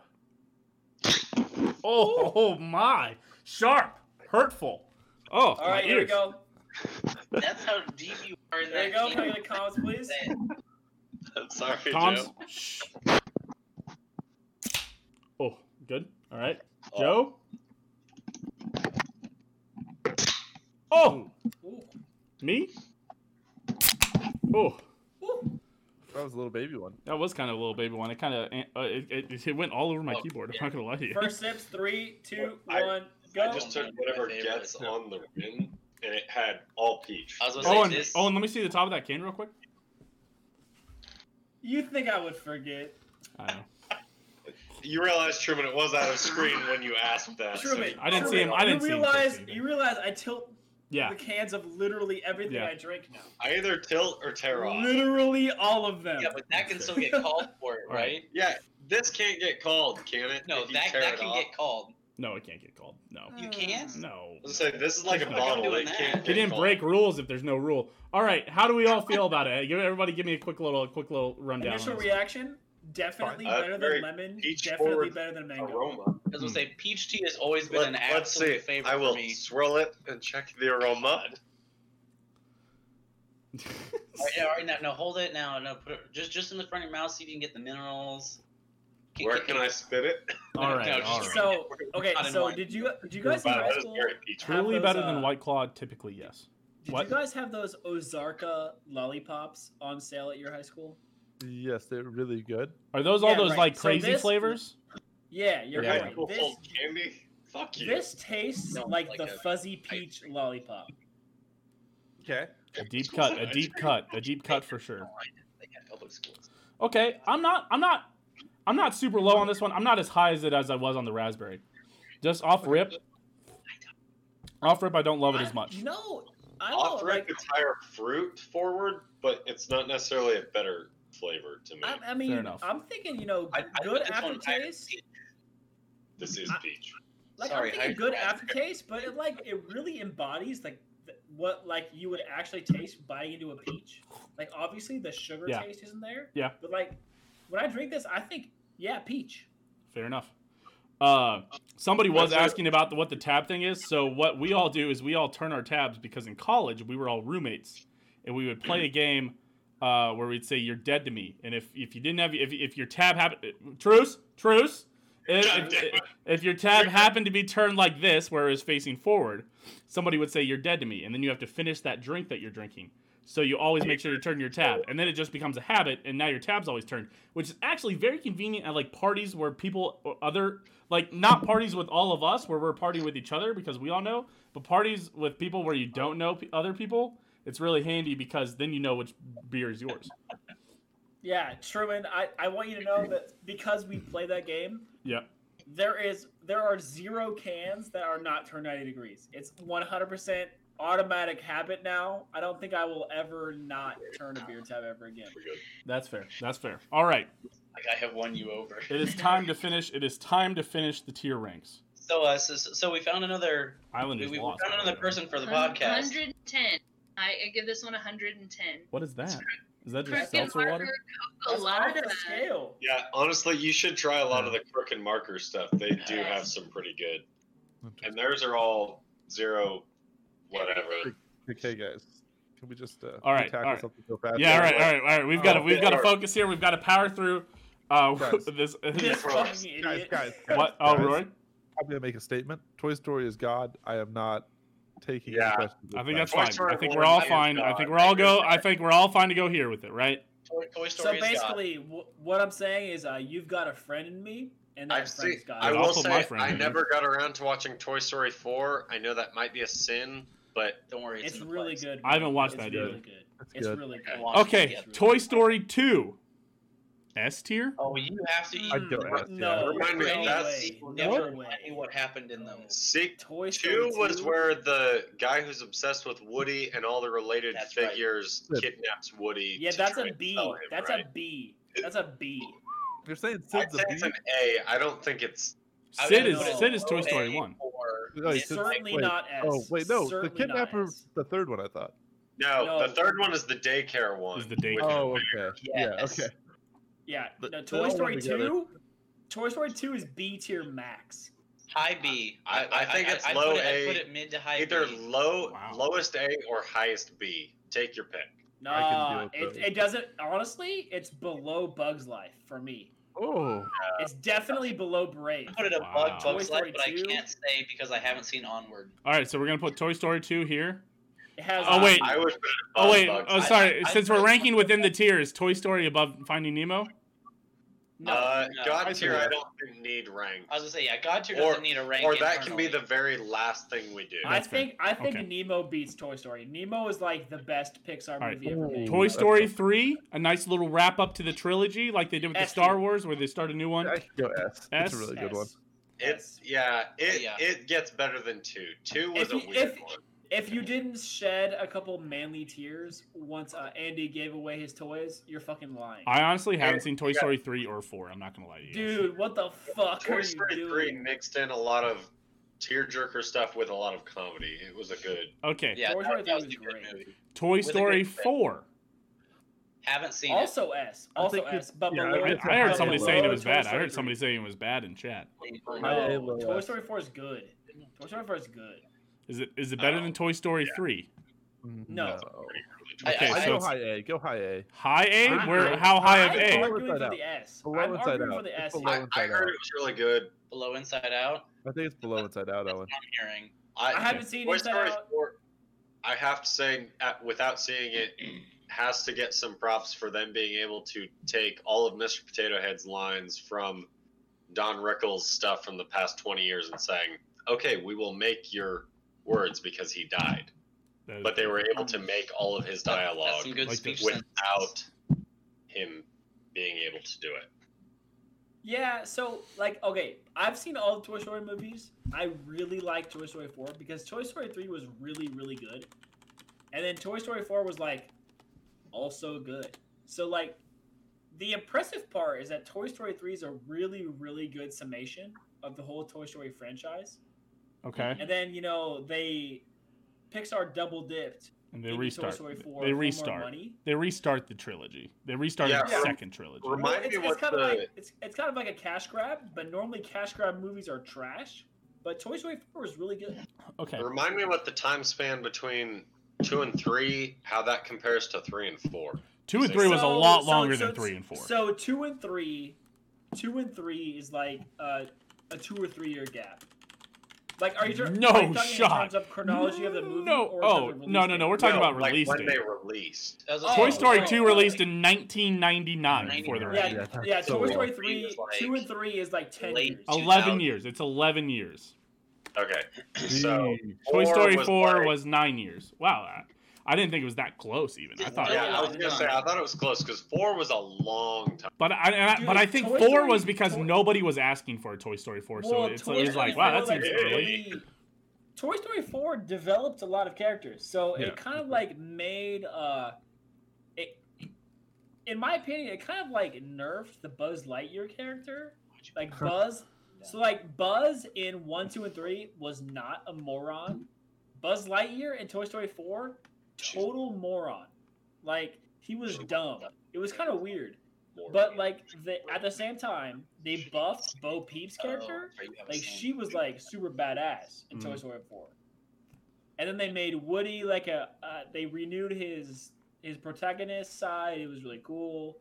Oh, oh my, sharp, hurtful. Oh, All my right, here we ears. go. That's how deep you are in There that you go. Play game. the comments, please. I'm sorry, Tom's. Joe. Shh. Oh, good. All right, Uh, Joe. Oh, Ooh. me. Oh, Ooh. That was a little baby one. that was kind of a little baby one. It kind of uh, it, it, it went all over my Oh, keyboard. yeah. I'm not gonna lie to you. First sips, three, two, I- one, go. I just took Oh, My whatever favorite. gets on the rim, and it had all peach. I was gonna say Oh, and, this. oh, and let me see the top of that can real quick. You think I would forget? I know. You realize, Truman, it was out of screen when you asked that. so Truman, you- I didn't see him. Truman, I didn't you see him realize, touch anything. You realize I tilt Yeah. the cans of literally everything Yeah. I drink now. I either tilt or tear off. Literally all of them. yeah, but that can still get called for it, All right. right? Yeah, this can't get called, can it? No, if you that tear that it can off? get called. No, it can't get called. No. Hmm. You can't. No. I was gonna say this is like a Like, bottle. doing It that. can't You get didn't called. break rules if there's no rule. All right, how do we all feel about it? Give everybody, give me a quick little, quick little rundown. on Initial this. reaction, definitely Fine. Uh, better than very lemon. peach Definitely forward better than mango. Aroma. I was Hmm. gonna say peach tea has always been Let, an us see. absolute favorite I will for me. swirl it and check the aroma. All right, yeah, all right, now, no, hold it now. No, put it just just in the front of your mouth so you can get the minerals. Get- Where get- can I spit it? all right, No, just all right. reaction. So We're okay, not in so wine. did you did you guys in Wow, high that is school? very peach. have Truly those, better uh, than White Claw, typically yes. Did What? you guys have those Ozarka lollipops on sale at your high school? Yes, they're really good. Are those all Yeah, those right. like So crazy this- flavors? Yeah, you're Yeah. right. Cool This, candy. Fuck you. this tastes No, like, like the a fuzzy peach lollipop. Okay. A deep cut, a deep cut, a deep cut for sure. They had public schools. Okay, I'm not, I'm not, I'm not super low on this one. I'm not as high as it as I was on the raspberry. Just off rip, off rip, I don't love it as much. No, I Off don't rip like. entire fruit forward, but it's not necessarily a better flavor to me. I, I mean, enough. I'm thinking, you know, I- I good put this on higher aftertaste. peach. this is I- peach. Like Sorry, I'm thinking I- good I- aftertaste, but it like it really embodies like th- what like you would actually taste biting into a peach. Like obviously the sugar Yeah. taste isn't there. Yeah. But like when I drink this, I think yeah, peach. Fair enough. Uh, somebody was That's right. asking about the, what the tab thing is. So what we all do is we all turn our tabs because in college we were all roommates and we would play a game uh, where we'd say "You're dead to me," and if if you didn't have if if your tab happened truce truce. If, if, if your tab happened to be turned like this, where it was facing forward, somebody would say "You're dead to me," and then you have to finish that drink that you're drinking. So you always make sure to turn your tab, and then it just becomes a habit, and now your tab's always turned, which is actually very convenient at like parties where people, or other, like not parties with all of us where we're partying with each other because we all know, but parties with people where you don't know p- other people, it's really handy because then you know which beer is yours. Yeah, Truman, I, I want you to know that because we play that game, Yeah. there is there are zero cans that are not turned 90 degrees. It's 100% automatic habit now. I don't think I will ever not turn a beer tab ever again. We're good. That's fair. That's fair. All right, Like I have won you over. it is time to finish. It is time to finish the tier ranks. So uh, so, so we found another Island we, is we lost. found another person for the podcast. 110. I, I give this one 110. What is that? Is that just Crooked seltzer water? marker That's off Coca-Cola. the scale. Yeah, honestly, you should try a lot of the crook and marker stuff. They do have some pretty good, and theirs are all zero, whatever. Okay, guys. Can we just uh, All right, tackle all right. something so fast? Yeah, all right, all right, all right. We've got to Oh, we've got to Lord. focus here. We've got to power through. Uh, Guys. this, This bro. fucking Guys, idiot. guys, guys, what? Oh, guys. Roy. I'm gonna make a statement. Toy Story is God. I am not taking. Yeah. any questions I think that's Toy fine. Story I think one we're all is fine. I God. think we're all go. I think we're all fine to go here with it, right? Toy, Toy So Story is God. basically, wh- what I'm saying is, uh, you've got a friend in me, and that I've friend's seen. got. I Dude, it. I'll will put say, my friend I in there. never got around to watching Toy Story four. I know that might be a sin, but Don't worry, it's, It's in the really place. good. I haven't watched it's that really either. Good. That's It's good. really I good. watched it Okay, together. Toy Story two. S tier. Oh, you have to eat. I'd go Mm, ask, yeah. no, Remind me, no that's- way, We'll no never way. know what happened in those. seek Toy Story two was where the guy who's obsessed with Woody and all the related That's right. figures Good. kidnaps Woody. Yeah, to that's try a and B. sell him, That's right? a B. That's a B. You're saying I'd Sid's say a it's B? an A. I don't think it's I Sid would is put it Sid is Toy low Story A one. or Oh, No, he mid- said- certainly wait. not S. Oh wait, no, certainly the kidnapper Not was S. the third one. I thought. No, No. the third one is the daycare one. Is the daycare. Oh, okay. Yeah, Yes. okay. Yeah, But no, they Toy all Story went together. two. Toy Story two is B tier max. high B. I- I think it's I low put it, I A, put it mid to high Either B. low, Wow. lowest A or highest B. Take your pick. Nah, I can deal with it, those. it doesn't. Honestly, it's below Bugs Life for me. Oh, Uh, It's definitely below Brave. I put it above Wow. Toy Bugs Story Life, but I 2? can't say because I haven't seen Onward. All right, so we're gonna put Toy Story two here. It has. Oh, wait. I would put it above Oh wait, Bugs oh Life. sorry. I- I- Since I- we're ranking within the tier, is Toy Story above Finding Nemo? No, uh, no, God I tier, see. I don't think need rank, I was gonna say yeah, God tier Or- doesn't need a rank. or that can be internally. the very last thing we do. I That's fair. think I think Okay. Nemo beats Toy Story. Nemo is like the best Pixar right. movie ever made. Toy that's Story tough. three, a nice little wrap up to the trilogy, like they did with the S Star tier. Wars, where they start a new one. I can go S. S? That's a really good one. S. It's yeah, it Yeah. it gets better than two. Two was If a you- weird if- one. If you didn't shed a couple manly tears once uh, Andy gave away his toys, you're fucking lying. I honestly haven't Eric, seen Toy you got- Story three or four. I'm not gonna lie to you. guys. Dude, what the fuck are Toy you Story doing? three mixed in a lot of tearjerker stuff with a lot of comedy. It was a good. Okay. yeah, Toy that, Story that was a three was good great. movie. Toy With a Story good fit. four. Haven't seen Also S. I Also think it's- S. But yeah, I- below, I, It's I a heard high somebody below low. saying it was Toy bad. I Story heard somebody three. saying it was bad in chat. it. High A, No, low Toy S. Story 4 is good. Toy Story 4 is good. Is it is it better than Toy Story three? No. I- Okay, I- Mm, I so go it's high A. Go high A. high A. High Where A. how high of I'm A. A? arguing for Inside the S. Below I'm Inside arguing Out. for the It's S. below I, Inside I heard Out. it was really good. Below Inside Out. I think it's below Inside Out, Owen. I'm hearing. I, I haven't seen Toy Inside Story Out. four. I have to say, at, without seeing it, has to get some props for them being able to take all of Mr. Potato Head's lines from Don Rickles' stuff from the past twenty years and saying, "Okay, we will make your words because he died," That is- but they were able to make all of his That- That's dialogue some good Like speech. the- sentences. without him being able to do it. Yeah, so, like, okay, I've seen all the Toy Story movies. I really like Toy Story 4 because Toy Story 3 was really, really good. And then Toy Story 4 was, like, also good. So, like, the impressive part is that Toy Story 3 is a really, really good summation of the whole Toy Story franchise. okay, And then, you know, they. Pixar double dipped. and they into restart. Toy Story 4 for They more restart. money. They restart the trilogy. They restarted Yeah, the rem- second trilogy. rem- Remind Well, it's, me it's what kind of the- like it's, it's kind of like a cash grab, but normally cash grab movies are trash. But Toy Story 4 is really good. Okay, Remind me what the time span between two and three, how that compares to three and four. two and three was a So- lot so- longer so- than three and four. So two and three, two and three is like uh, a two or three year gap. Like, are you, tr- No are you talking shot. in terms of chronology of the movie? No. or in terms Oh of release no no no. date? We're talking No, about like release when date. they released. That was a- Oh, Toy Story oh, 2 oh, released in 1999 for the Yeah, record. Yeah, Yeah, yeah. so Toy Story long. three, Is like two and three is like ten late years. 11 2000. years. It's 11 years. Okay. So Toy Story 4 like- was 9 years. Wow. I, I didn't think it was that close even. I thought Yeah, I was Yeah. gonna say I thought it was close because four was a long time. But I, and I Dude, but I think Toy 4 Story- was because Toy- nobody was asking for a Toy Story 4. So Well, it's, Toy it was like, Story wow, that 4, seems like, early. really- Toy Story 4 developed a lot of characters, so Yeah. it kind of like made uh it in my opinion, it kind of like nerfed the Buzz Lightyear character. Like Buzz so like Buzz in 1, 2 and 3 was not a moron. Buzz Lightyear in Toy Story 4 total moron. Like he was dumb. It was kind of weird. But like the, at the same time, they buffed Bo Peep's character Oh, you haven't like seen she was like super badass in Mm-hmm. Toy Story Four, and then they made Woody like a uh, they renewed his his protagonist side. It was really cool.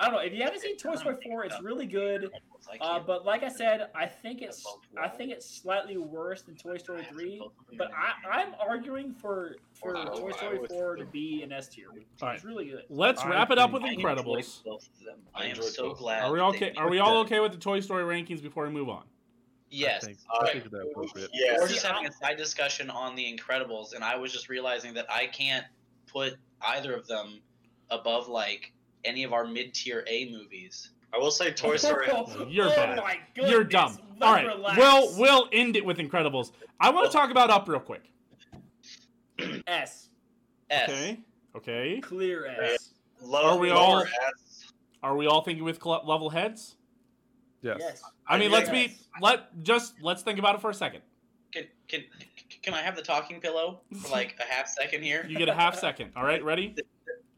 I don't know if you haven't seen Toy Story Four, it's really good. it. It's like Uh, you- but like I said, I think it's I think it's slightly worse than Toy Story Three. But I I'm arguing for for Wow, Toy I Story was- Four to be an S tier. Alright. It's really good. Let's I wrap it up with think- Incredibles. enjoyed both of them. I I am enjoyed so both. glad. Are we that all they okay? made Are we it. all okay with the Toy Story rankings before we move on? Yes. I think, All I right. think they're appropriate. Yes. We're just having a side discussion on The Incredibles, and I was just realizing that I can't put either of them above like any of our mid-tier A movies. I will say Toy Story. You're oh bad. My goodness. You're dumb. Let's All right. relax. We'll we'll end it with Incredibles. I want to talk about Up real quick. S S. Okay. Okay. clear S. Low, Are we lower all- S. Are we all thinking with cl- level heads? Yes. I mean, Yeah, let's be yes. let just let's think about it for a second. Can, can can I have the talking pillow for like a half second here? You get a half second. All right, ready?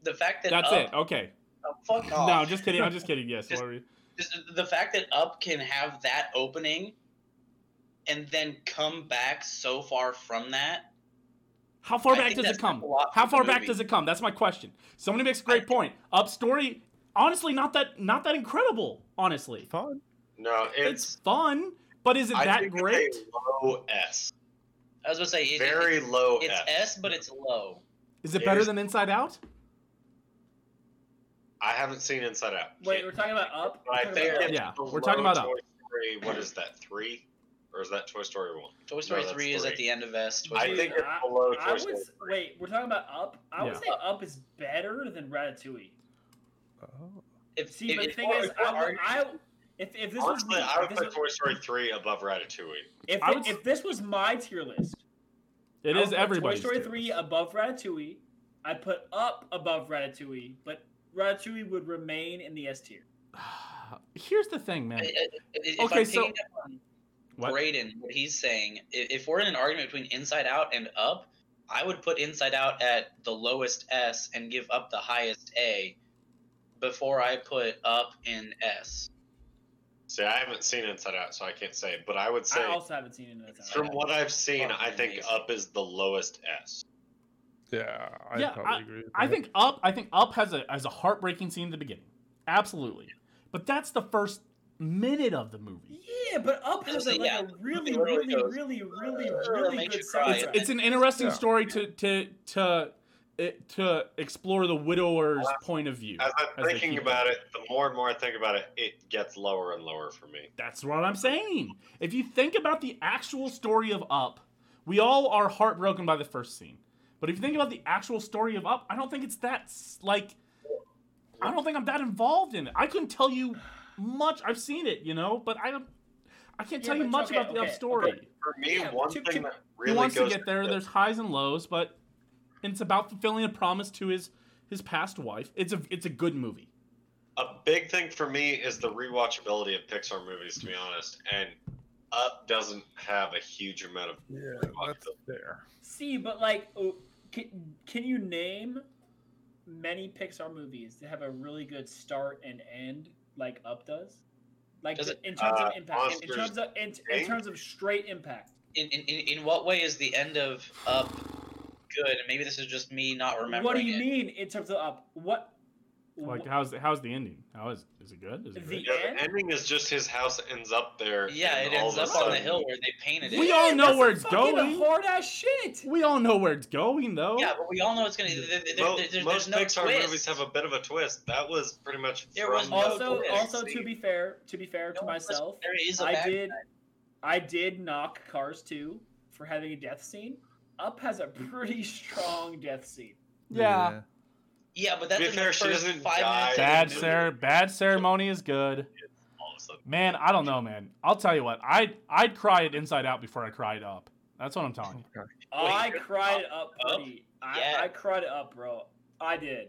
The fact that That's up, it. Okay. Oh, fuck off. No, just kidding. I'm just kidding. Yes. Just- what were you- Just the fact that up can have that opening, and then come back so far from that. How far I back think does it that's come? a lot How for the far back movie. does it come? That's my question. Somebody makes a great point. Up story, honestly, not that not that incredible. Honestly, Fun. No, it's, it's fun, but is it I that think it's a great? Low S, I was gonna say it, very it- low It's S. S, but it's low. Is it better is- than Inside Out? I haven't seen Inside Out. Wait, we're talking about up. But I We're think talking about it's up. Yeah, below we're talking about Up. Toy Story, what is that, three? Or is that Toy Story one? Toy Story that's three is three. at the end of S. Toy I Story- Dude, think it's I- below Toy I would Story. s- wait. We're talking about up. I would Yeah. say up is better than Ratatouille. Oh. if, See, if- but the if thing we're- is, if we're I, would- arguing- I if if this was me, Honestly, I would if, put this Toy was, Story three above Ratatouille. if, I thi- would s- if this was my tier list, It I is would put everybody's. Toy Story tier three list. above Ratatouille. I put up above Ratatouille, but Ratatouille would remain in the S tier. Here's the thing, man. I- I- if Okay, I'm so- picking up on What? Braden, what he's saying, i- if we're in an argument between Inside Out and Up, I would put Inside Out at the lowest S and give Up the highest A before I put Up in S. See, I haven't seen Inside Out, so I can't say. But I would say, I also haven't seen it. in that from time. what I've seen, Fucking I think amazing. Up is the lowest S. Yeah, I Yeah, probably agree. with I that. think Up. I think Up has a has a heartbreaking scene at the beginning. Absolutely, but that's the first minute of the movie. Yeah, but Up has a, like Yeah, a really, literally really, goes, really, really, "Uh, really makes good you cry." soundtrack. It's an interesting Yeah. story to to to it- to explore the widower's point of view. As as I'm they thinking keep about going. it, the more and more I think about it, it gets lower and lower for me. That's what I'm saying. If you think about the actual story of Up, we all are heartbroken by the first scene. But if you think about the actual story of Up, I don't think it's that s- like I don't think I'm that involved in it. I couldn't tell you much. I've seen it, you know, but I don't I can't Yeah, tell you but- much okay, about the Up okay, story. okay. For me, Yeah, one to- thing to- that He really wants to goes get there. There's highs and lows, but it's about fulfilling a promise to his his past wife. It's a it's a good movie. a big thing for me is the rewatchability of Pixar movies, to be honest. And Up doesn't have a huge amount of Yeah, that's fair. See, but like, oh, can, can you name many Pixar movies that have a really good start and end like Up does? Like Does in terms uh, of impact, in Monsters, terms of in, in Inc? terms of straight impact. In, in, in, in what way is the end of Up good? And maybe this is just me not remembering What do you it. mean in terms of Up? What? Like how's how's the ending? How is is it good? Is it The good? Yeah, the end? ending is just his house ends up there. Yeah, and it ends all of up a on the sudden- hill where they painted it. We all know that's where it's fucking going. Hard ass shit. We all know where it's going though. yeah, but we all know it's gonna. There, there, there, Mo- there, there's most no Pixar twist. movies have a bit of a twist. That was pretty much There from was the- no Also, twist. also to be fair, to be fair No to twist. myself, There is a I back- did, I did knock Cars 2 for having a death scene. Up has a pretty strong death scene. Yeah. Yeah, but that's be in the fair, she first doesn't five die. minutes. Bad of the cer- bad ceremony is good. all of a sudden. Man, I don't know, man. I'll tell you what. I would I'd cry it inside out before I cried up. That's what I'm telling you. Okay. I you're cried it up Up? pretty. I, Yeah. I cried it up, bro. I did.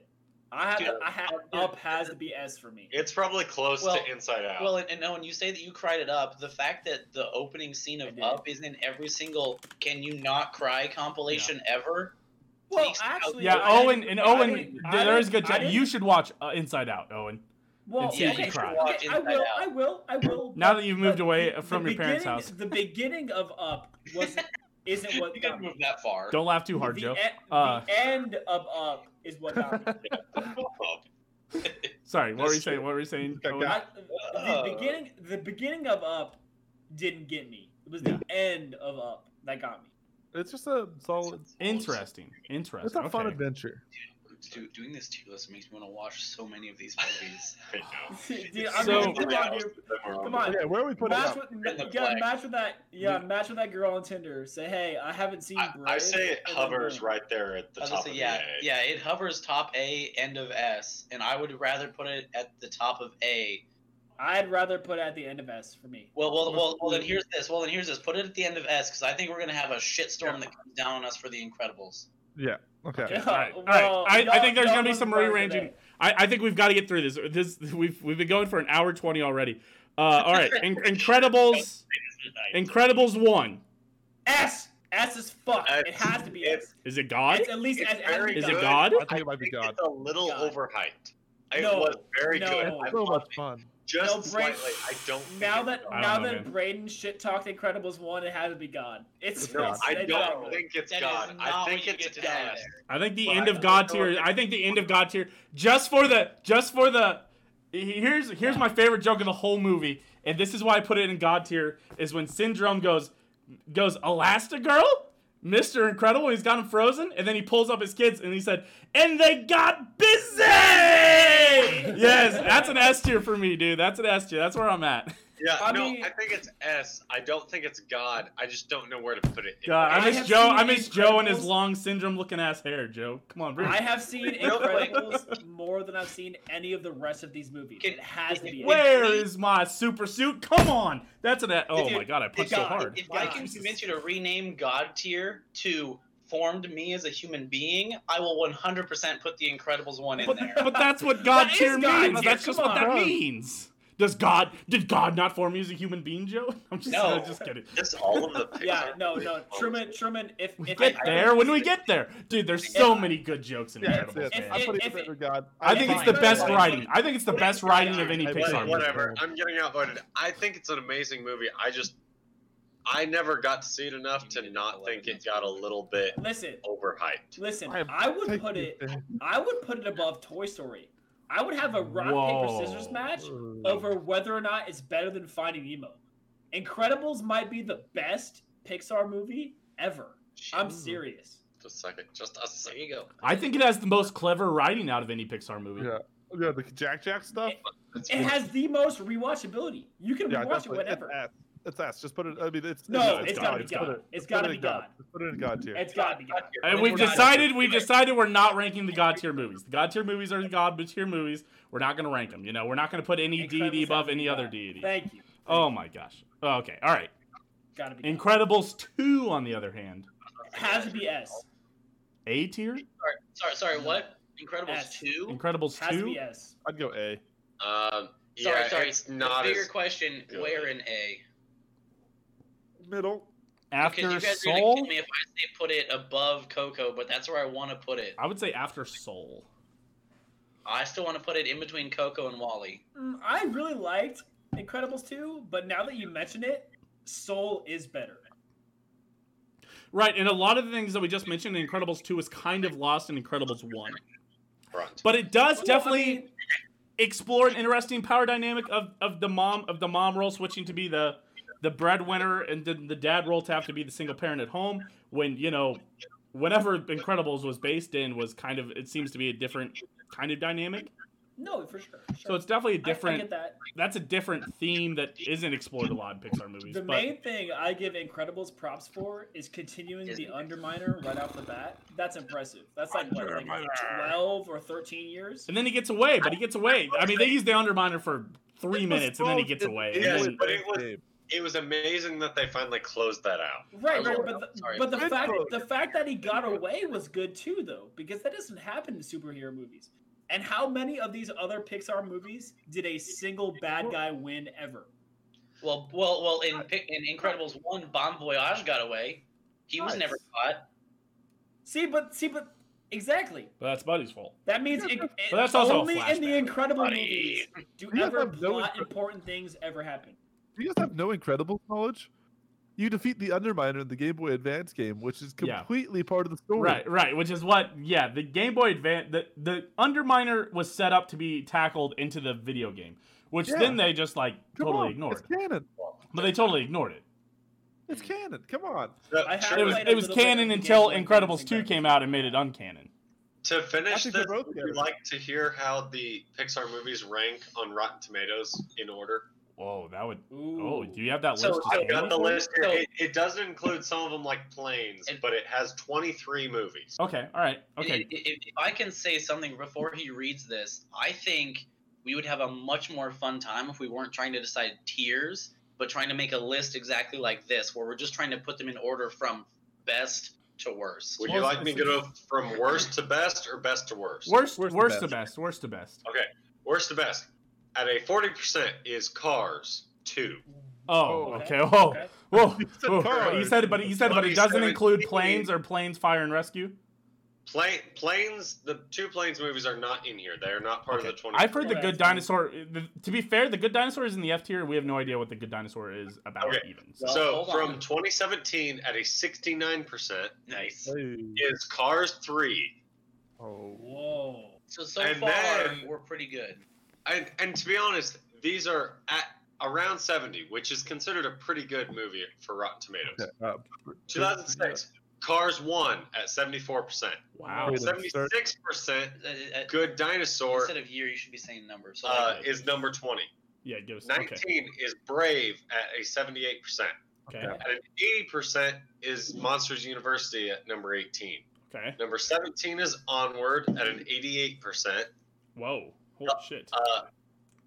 I had. Dude, I had. dude. Up has to be S for me. It's probably close Well- to Inside Out. Well, and, and Owen, you say that you cried it up. The fact that the opening scene I of did. Up is in every single "Can You Not Cry" compilation ever. Well, takes out- actually, Yeah, I Owen didn't- and I Owen, didn't- I there is good. didn't- I Time. didn't- You should watch uh, Inside Out, Owen. Well, and see if you okay, cry. okay, I will. I will. I will. Now but- that you've moved but away the- from the your parents' beginning- house. the beginning of Up was isn't what You got gotta me. move that far. Don't laugh too hard, the, Joe. e- Uh. the end of Up is what got me. Sorry, what were you That's true. saying? What were you saying? Okay, Owen? got- I, the beginning, the beginning of Up didn't get me. It was the end of Up that got me. It's just a solid. Oh, Interesting. Interesting. It's a fun okay. adventure. Dude, doing this tier list makes me want to watch so many of these movies. I know. Dude, I'm So- gonna put on your Come on. Yeah, where are we putting it match up? with, In the yeah, play. match with that. Yeah, match with that girl on Tinder. Say, hey, I haven't seen. I, I Brave," say it and then hovers boom. right there at the I was top gonna of say, the yeah, A. yeah, it hovers top A, end of S, and I would rather put it at the top of A. I'd rather put it at the end of S for me. Well, well, well, well. Then here's this. Well, then here's this. Put it at the end of S because I think we're gonna have a shitstorm that comes down on us for the Incredibles. Okay. all right, all right. I- I think there's gonna be some rearranging. I, I think we've got to get through this. This we've we've been going for an hour twenty already. Uh, all right, In- Incredibles. Incredibles one. S. S is fuck. Uh, It has to be it's- S. Is it God? It's at least It's S. has to very be Is S. it good. God? I think it might be God. It's a little God. overhyped. It No, was very no. good. I So loved much it. fun. Just No, Brent, slightly. I don't. Think Now it's that God. I don't now know, that man. Braden shit talked Incredibles one, it has to be God. It's No, it's- I it's don't God. think it's That is God. I not think what you it's get to do ass. there. I think the Well, end I of don't God know if tier. it's- I think the end of God tier. Just for the. Just for the. Here's here's my favorite joke in the whole movie, and this is why I put it in God tier. Is when Syndrome goes, goes Elastigirl, Mister Incredible. He's got him frozen, and then he pulls up his kids, and he said, "And they got busy." yes, that's an S tier for me, dude. That's an S tier. That's where I'm at. Yeah, I no, mean- I think it's S. I don't think it's God. I just don't know where to put it. God, I I miss have Joe. seen I miss Joe and his Incredibles- long syndrome looking ass hair, Joe. Come on, bring I it. have seen Incredibles more than I've seen any of the rest of these movies. Can- It has to be. Wait, Where is my super suit? Come on. That's an. Oh Dude, my god, I punched so God, hard. If I can Jesus. convince you to rename God tier to formed me as a human being, I will 100% put the Incredibles one in But, there. but that's what God That is tier God means. tier, That's just come what that on. means. Does God did God not form you as a human being, Joe? I'm just No. I'm just kidding. Just all of the Pixar Yeah, no, movies. no. Truman, Truman. If We if get I- there when we get there, dude. There's so many good jokes in Yeah, that's Incredibles. it. If- man. I'm putting if- it under God. I think it's the if- best if- writing. I think it's the best writing of any I- Pixar movie. Whatever. I'm getting outvoted. I think it's an amazing movie. I just, I never got to see it enough to not think it got a little bit Listen, overhyped. listen. I am I would taking put it. there. I would put it above Toy Story. I would have a rock Whoa. paper scissors match over whether or not it's better than Finding Nemo. Incredibles might be the best Pixar movie ever. I'm serious. Just a second. Just a second. there you go. I think it has the most clever writing out of any Pixar movie. Yeah. Yeah, the Jack Jack stuff. It's It has the most rewatchability. You can Yeah, rewatch it definitely. whenever. It's ass. It's ass. Just put it. I mean, it's No, it's it's God, gotta be it's God. God. It's Just put gotta it be in God. Just put it in God tier. It's gotta be God. And We're we've not- decided we've decided we're not ranking the God tier movies. The God tier movies are the God tier movies. We're not going to rank them. You know, we're not going to put any deity Incredibles above has to any be other God. deity. Thank you. Oh my gosh. Okay. All right. Gotta be. God. Incredibles two, on the other hand, Has to be S. A tier. Sorry, sorry, what? Incredibles Yes. 2? Incredibles Has to two. be S. I'd go A. Um, Sorry, yeah, sorry. It's not the bigger as. question, good. where in A? Middle. After because you guys are gonna Soul, kill me if I say put it above Coco, but that's where I want to put it. I would say after Soul. I still want to put it in between Coco and Wally. Mm, I really liked Incredibles 2, but now that you mention it, Soul is better. Right, and a lot of the things that we just mentioned in Incredibles two is kind of lost in Incredibles one, Front. but it does Well, no, I definitely. mean, explore an interesting power dynamic of, of the mom of the mom role switching to be the the breadwinner and then the dad role to have to be the single parent at home when you know whatever incredibles was based in was kind of it seems to be a different kind of dynamic no, for sure. so sure. it's definitely a I- I, different get that. that's a different theme that isn't explored a lot in pixar movies The but main thing I give Incredibles props for is continuing Is- the Underminer right off the bat. That's impressive. That's like what, like Underminer. 12 or 13 years. and then he gets away but he gets away i mean they use the underminer for three minutes and then he gets away and Yes, then- but it was- It was amazing that they finally closed that out. Right, I right, will. but the, Sorry. but the Good fact vote. the fact that he got away was good too, though, because that doesn't happen in superhero movies. And how many of these other Pixar movies did a single bad guy win ever? Well, well, well. In Pic- in Incredibles one, Bon Voyage got away. He was Nice. never caught. See, but see, but exactly. but that's buddy's fault That means it, it- But that's also a only in the flashback. Incredible Buddy. movies do You ever have no plot incre- important things ever happen. Do you guys have no incredible knowledge? You defeat the Underminer in the Game Boy Advance game, which is Yeah. completely part of the story. Right, right, which is what yeah, the Game Boy Advance the, the Underminer was set up to be tackled into the video game, which Yeah. then they just like Come totally on, ignored. It's canon. But they totally ignored it. It's canon. Come on. So, I have It Truman, was played a it was little bit of canon the until Game Boy Advance Incredibles 2 Advance. came out and made it uncanon. to I think finish this, they're both would you canon. like to hear how the Pixar movies rank on Rotten Tomatoes in order? Whoa, that would Ooh. Oh, do you have that So- list? so- just I've got the handy? list here. So- it, it doesn't include some of them like planes, And- but it has 23 movies. Okay, all right. And Okay. i- If, if I can say something before he reads this, I think we would have a much more fun time if we weren't trying to decide tiers, but trying to make a list exactly like this, where we're just trying to put them in order from best to worst. Would you Well, like me to go from worst to best or best to worst? Worst Worst worst, to to best, worst to best. Worst to best. at a 40% is Cars 2. Oh, Oh, okay. Whoa, okay. whoa. You said whoa. cars. You said, but you said, but it doesn't 27 include feet. planes or planes, fire and rescue. Plane, planes, the two planes movies are not in here. They are not part of Okay. the 20. I've heard the Yeah, Good it's fine. Dinosaur. The, to be fair, the Good Dinosaur is in the F tier. We have no idea what the Good Dinosaur is about Okay. even. So. Well, so hold on. from 2017 at a 69% Nice. Hey. is Cars 3. Oh. Whoa. So so And far then- we're pretty good. And and to be honest, these are at around 70, which is considered a pretty good movie for Rotten Tomatoes. Okay, uh, 2006, Cars 1 at 74%. Wow. Wait a 76% Uh, uh, Good Dinosaur instead of year, you should be saying numbers. So uh, like, is number 20. Yeah, give us. 19 Okay. is Brave at a 78%. Okay. Okay. And 80% is Monsters University at number 18. Okay. Number 17 is Onward at an 88%. Whoa. Holy Uh, shit.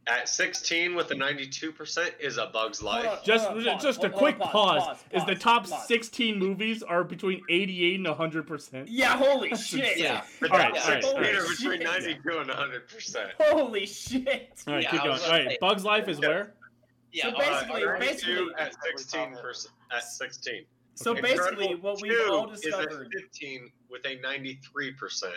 At 16 with a 92% is A Bug's Life. Hold on, just hold on, just a hold on, quick uh, pause, pause, pause, is the pause, top pause. 16 movies are between 88 and 100 percent Yeah, holy That's shit. insane. Yeah. The All top right, all right, six all right. leader between Yeah. 92 and 100 percent. Holy shit. all right Yeah, keep I going was all gonna right say- bugs life is Yeah. uh, where yeah, so all right, basically- all right. basically- at 16 percent. At 16. So basically, what we Incredibles all 2 discovered. is at 15 with a 93 percent.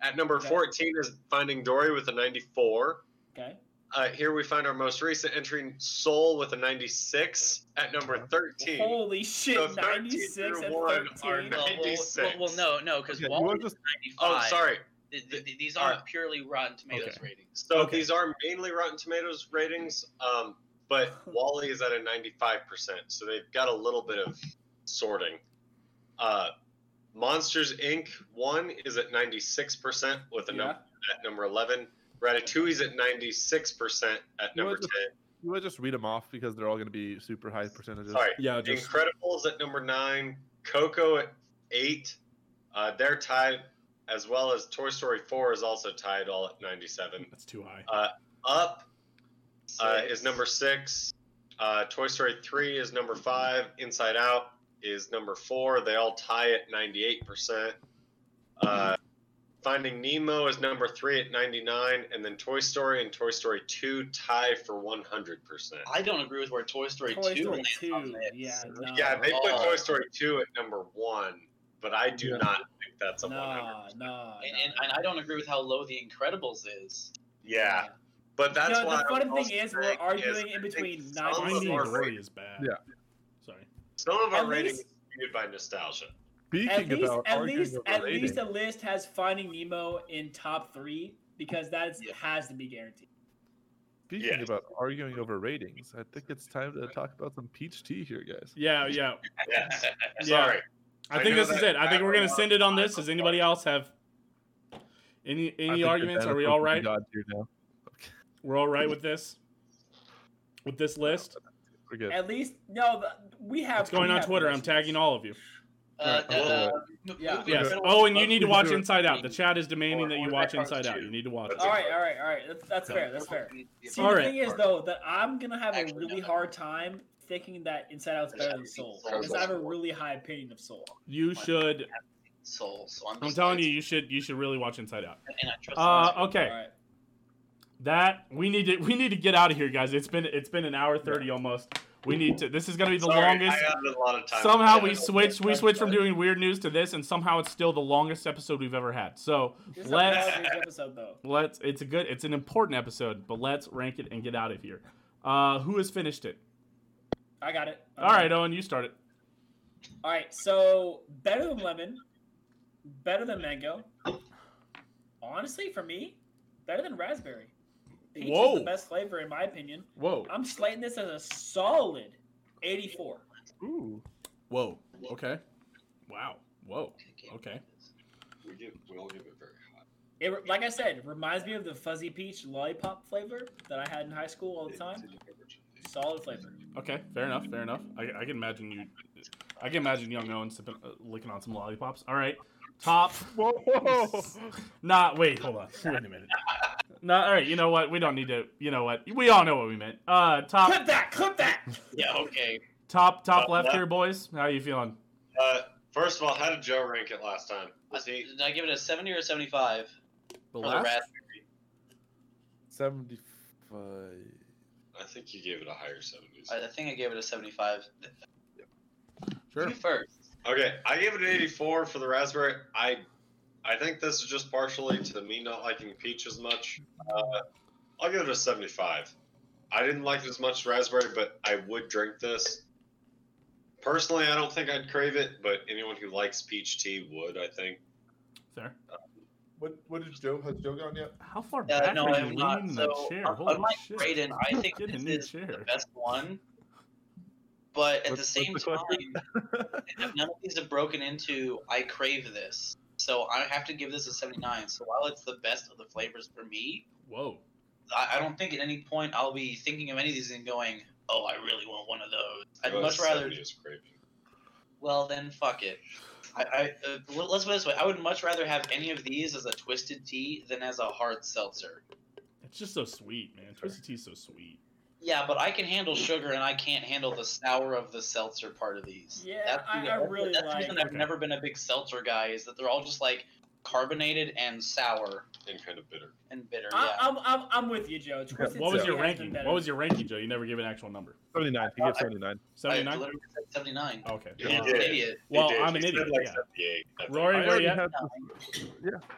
At number Okay. 14 is Finding Dory with a 94. Okay. Uh, here we find our most recent entry, Soul, with a 96 at number 13. Holy So shit, 13 ninety six through and one are thirteen. not- Well, well, 96. well, well, no, no, because Okay, you Wall wanna is just- 95. Oh, sorry. uh, Th- th- th- these aren't purely Rotten Tomatoes Okay. ratings. So Okay. these are mainly Rotten Tomatoes ratings, um, but Wally is at a 95%, so they've got a little bit of sorting. Uh, Monsters Inc. 1 is at 96% with a number at number 11. Ratatouille's at 96% at You number want to- You want to just read them off because they're all going to be super high percentages. 10. Sorry. yeah The Incredibles at number 9. Coco at 8. Uh, they're tied, as well as Toy Story 4 is also tied all at 97. that's too high Up uh, Six. is number six. Uh, Toy Story 3 is number five. Inside Out is number four. They all tie at 98%. Uh, Finding Nemo is number three at 99. And then Toy Story and Toy Story 2 tie for 100%. I don't agree with where Toy Story Toy 2 Story lands on two. this. Yeah. No. yeah, they put Oh. Toy Story 2 at number one, but I do Yeah. not think that's a No, 100%. no, no. And, and, and I don't agree with how low The Incredibles is. Yeah, but that's no, why. the I funny would thing also is we're think arguing in I think between some of 90 90 our and glory ratings- is bad Yeah. sorry Some of our At ratings least- are skewed by nostalgia. Speaking At least, about at arguing least, over at ratings, least a list has Finding Nemo in top three because that is, Yeah. has to be guaranteed. speaking Yes. about arguing over ratings, I think it's time to talk about some peach tea here, guys. yeah yeah Yes. Yeah. Sorry. i I think know this is that it i think that we're gonna was- send it on this does anybody else have any I think any you're arguments bad are at we all poking right God here now. we're all right with this with this list We're good. At least, no, the, we have. what's going we on have twitter i'm issues. tagging all of you Uh, Alright, uh, I'll m- Oh. Yeah. moving yes middle- oh and you need to Let's watch do it. inside out the chat is demanding that you Or- or watch that part's inside out two. you need to watch That's it All right, all right, all right. That's, that's fair. That's fair. Yeah. See, All the right. thing is, though, that I'm gonna have a Actually, no, really no. hard time thinking that Inside Out's better than Soul because I have a really high opinion of Soul. you should Soul. So I'm, I'm just- telling you, you should you should really watch Inside Out. And I trust Uh, All okay, right. that we need to we need to get out of here, guys. It's been it's been an hour thirty almost. We need to. This is gonna be the Sorry, longest. I added a lot of time. Somehow Yeah, we switched we switched from doing weird news to this, and somehow it's still the longest episode we've ever had. So This is a let's hard episode, though. let's. It's a good. It's an important episode, but let's rank it and get out of here. Uh, who has finished it? I got it. All right, Owen, you start it. All right. So better than lemon, better than mango. Honestly, for me, better than raspberry. Peach is Whoa. the best flavor in my opinion. Whoa, I'm slating this as a solid 84. Ooh. whoa, okay, wow, whoa, okay. We, give, we all give it very high. It, re- like I said, it reminds me of the fuzzy peach lollipop flavor that I had in high school all the time. Solid flavor. Okay, fair enough, fair enough. I, I can imagine you, I can imagine young Owen sipping, uh, licking on some lollipops. All right, top. Whoa! Nah, wait, hold on, wait a minute. No, all right. You know what? We don't need to. You know what? We all know what we meant. Uh, top, Clip that! Clip that! Yeah, okay. top, top Top left left. here, boys. How you feeling? Uh, first of all, how did Joe rank it last time? Was he Did I give it a 70 or a 75? The For the raspberry. Seventy. five. I think you gave it a higher 70s. I I think I gave it a 75. Sure. You first. Okay, I gave it an 84 for the raspberry. I I think this is just partially to me not liking peach as much. Uh, I'll give it a 75. I didn't like it as much as raspberry, but I would drink this. Personally, I don't think I'd crave it, but anyone who likes peach tea would, I think. Fair. What What did Joe? Has Joe gone yet? How far Yeah, back no, are I you have not. leaning So, that chair? un- Holy unlike shit. Braden, I think Get a this new is the chair. best one. But What's- at the what's same the time, question? if none of these are broken into, I crave this. So I have to give this a 79. So while it's the best of the flavors for me, Whoa. I, I don't think at any point I'll be thinking of any of these and going, oh, I really want one of those. I'd Well, much rather 70 is craving. Well, then fuck it. I, I uh, well, let's put it this way. I would much rather have any of these as a twisted tea than as a hard seltzer. It's just so sweet, man. Twisted tea's so sweet. Yeah, but I can handle sugar, and I can't handle the sour of the seltzer part of these. Yeah, That's the- I- I really that's the like- reason I've Okay. never been a big seltzer guy is that they're all just like carbonated and sour and kind of bitter. and bitter. I, yeah, I'm, I'm, I'm with you, Joe. Twisted What was Tea your has ranking? been better. What was your ranking, Joe? You never gave an actual number. Seventy nine. He gave Uh, seventy nine. Seventy I nine. literally said seventy-nine. Okay. He Wow. I'm an did. idiot. He Well, did. I'm an He said, idiot, like yeah. 78, I think. Rory, I where already you at? had this-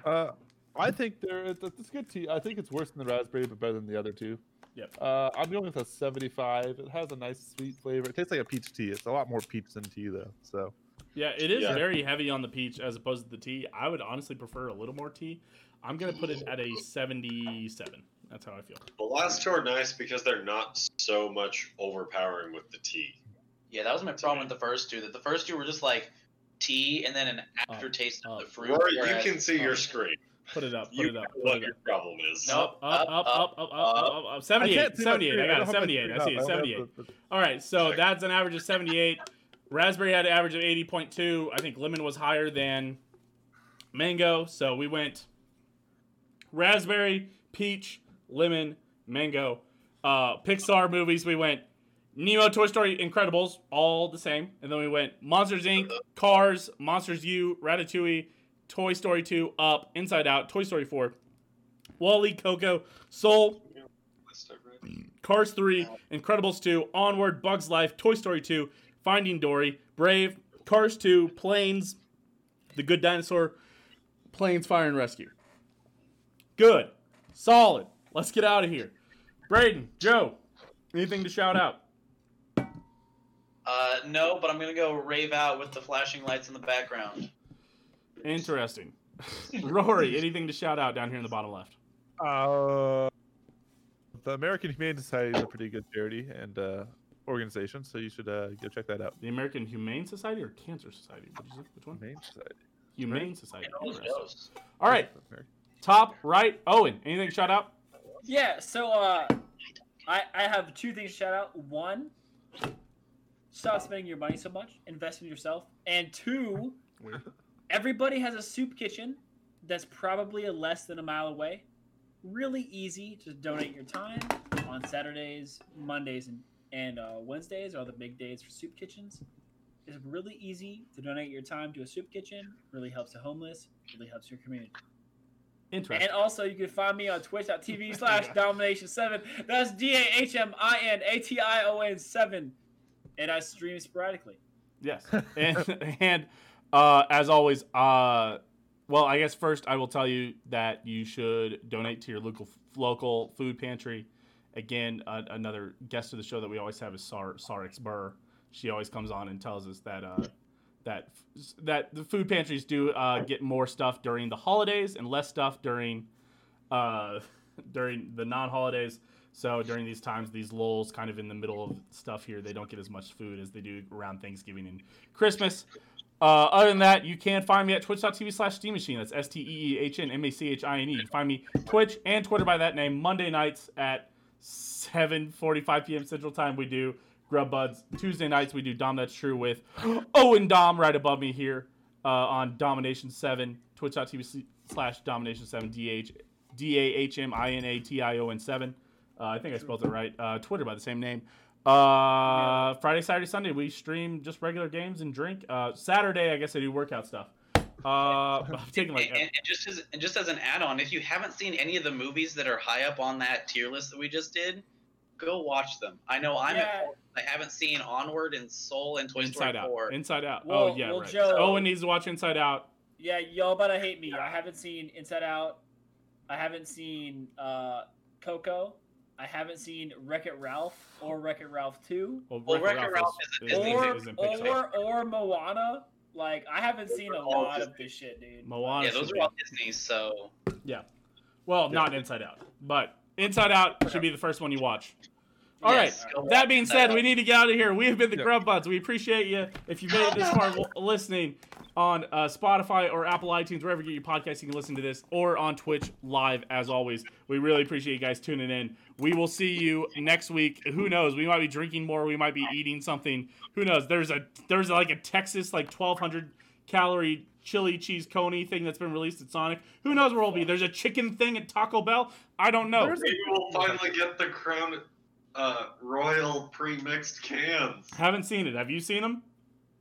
Yeah. Uh, I think there is that's good tea. I think it's worse than the raspberry, but better than the other two. Yep. Uh, I'm going with a 75. It has a nice sweet flavor. It tastes like a peach tea. It's a lot more peach than tea though. So Yeah, it is Yeah. very heavy on the peach as opposed to the tea. I would honestly prefer a little more tea. I'm gonna put it at a seventy-seven. That's how I feel. The last two are nice because they're not so much overpowering with the tea. Yeah, that was my problem with the first two. That the first two were just like tea and then an aftertaste up. of the fruit. Rory, you whereas- can see your um, screen. Put it up. Put You it know up. Put what it up. your problem is. No. Up, up, up, up, up, up, up, up, up. 78, can't see my 78. screen. I got don't it. have my 78. screen I see up. it. don't have 78. the- the- All right, so that's an average of 78. Raspberry had an average of 80.2. I think lemon was higher than mango, so we went raspberry, peach, lemon, mango. Uh, Pixar movies, we went Nemo, Toy Story, Incredibles, all the same. And then we went Monsters Inc., Cars, Monsters U, Ratatouille, Toy Story 2, Up, Inside Out, Toy Story 4, Wally, Coco, Soul, Cars 3, Incredibles 2, Onward, Bugs Life, Toy Story 2, Finding Dory, Brave, Cars 2, Planes, The Good Dinosaur, Planes, Fire and Rescue. Good. Solid. Let's get out of here. Braden, Joe, anything to shout out? Uh, no, but I'm gonna go rave out with the flashing lights in the background. Interesting. Rory, anything to shout out down here in the bottom left? Uh, the American Humane Society is a pretty good charity and uh, organization, so you should uh, go check that out. The American Humane Society or Cancer Society? What did you say? Which one? Humane Society. Humane Society. Get all those Interesting. dose. All right. Top right, Owen. Anything to shout out? Yeah, so uh, I, I have two things to shout out. One, stop spending your money so much, invest in yourself. And two, Weird. everybody has a soup kitchen that's probably a less than a mile away. Really easy to donate your time on Saturdays, Mondays, and, and uh, Wednesdays are the big days for soup kitchens. It's really easy to donate your time to a soup kitchen. Really helps the homeless. Really helps your community. Interesting. And also, you can find me on twitch.tv slash domination7. That's D A H M I N A T I O N 7. And I stream sporadically. Yes. And, and uh, as always, uh, well, I guess first I will tell you that you should donate to your local local food pantry. Again, uh, another guest of the show that we always have is Sar Sarix Burr. She always comes on and tells us that uh, that that the food pantries do uh, get more stuff during the holidays and less stuff during uh, during the non-holidays. So during these times, these lulls, kind of in the middle of stuff here, they don't get as much food as they do around Thanksgiving and Christmas. Uh, other than that, you can find me at twitch.tv slash steam machine. That's S T E E H N M A C H I N E. You can find me Twitch and Twitter by that name Monday nights at 7:45 p.m. Central Time. We do Grub Buds. Tuesday nights we do Dom That's True with Owen Dom right above me here uh, on Domination Seven. Twitch.tv slash Domination Seven D H D A H M I N A T I O N Seven. Uh, I think I spelled it right. Uh, Twitter by the same name. Uh, Friday, Saturday, Sunday we stream just regular games and drink. Uh, Saturday I guess I do workout stuff. Uh, I'm taking like and, and just as and just as an add-on, if you haven't seen any of the movies that are high up on that tier list that we just did, go watch them. I know I'm at Yeah. four. I haven't seen Onward and Soul and Toy Inside Story Out. Four. Inside Out. oh Well- yeah, well, right. Joe- Owen needs to watch Inside Out. Yeah, y'all about to hate me. I haven't seen Inside Out. I haven't seen uh, Coco. I haven't seen Wreck It Ralph or Wreck It Ralph 2 Well, Wreck-It Wreck-It Ralph is a Disney or, is in Pixar. or, or Moana. Like, I haven't seen a lot of this shit, dude. Moana. yeah, should those be- are all Disney, so Well, not Inside Out, but Inside Out should be the first one you watch. All right. yes, go watch That being said, that. we need to get out of here. We have been the Yeah. Grub Buds. We appreciate you. If you made it this far w- listening on uh, Spotify or Apple iTunes, wherever you get your podcasts, you can listen to this or on Twitch live as always. We really appreciate you guys tuning in. We will see you next week. Who knows? We might be drinking more. We might be eating something. Who knows? There's a there's like a Texas like 1200 calorie chili cheese coney thing that's been released at Sonic. Who knows where we'll be? There's a chicken thing at Taco Bell. I don't know. There's Maybe we'll finally get the Crown uh, Royal pre-mixed cans. Haven't seen it. Have you seen them?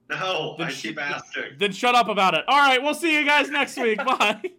No, Then I she- keep asking. Then shut up about it. All right, we'll see you guys next week. Bye.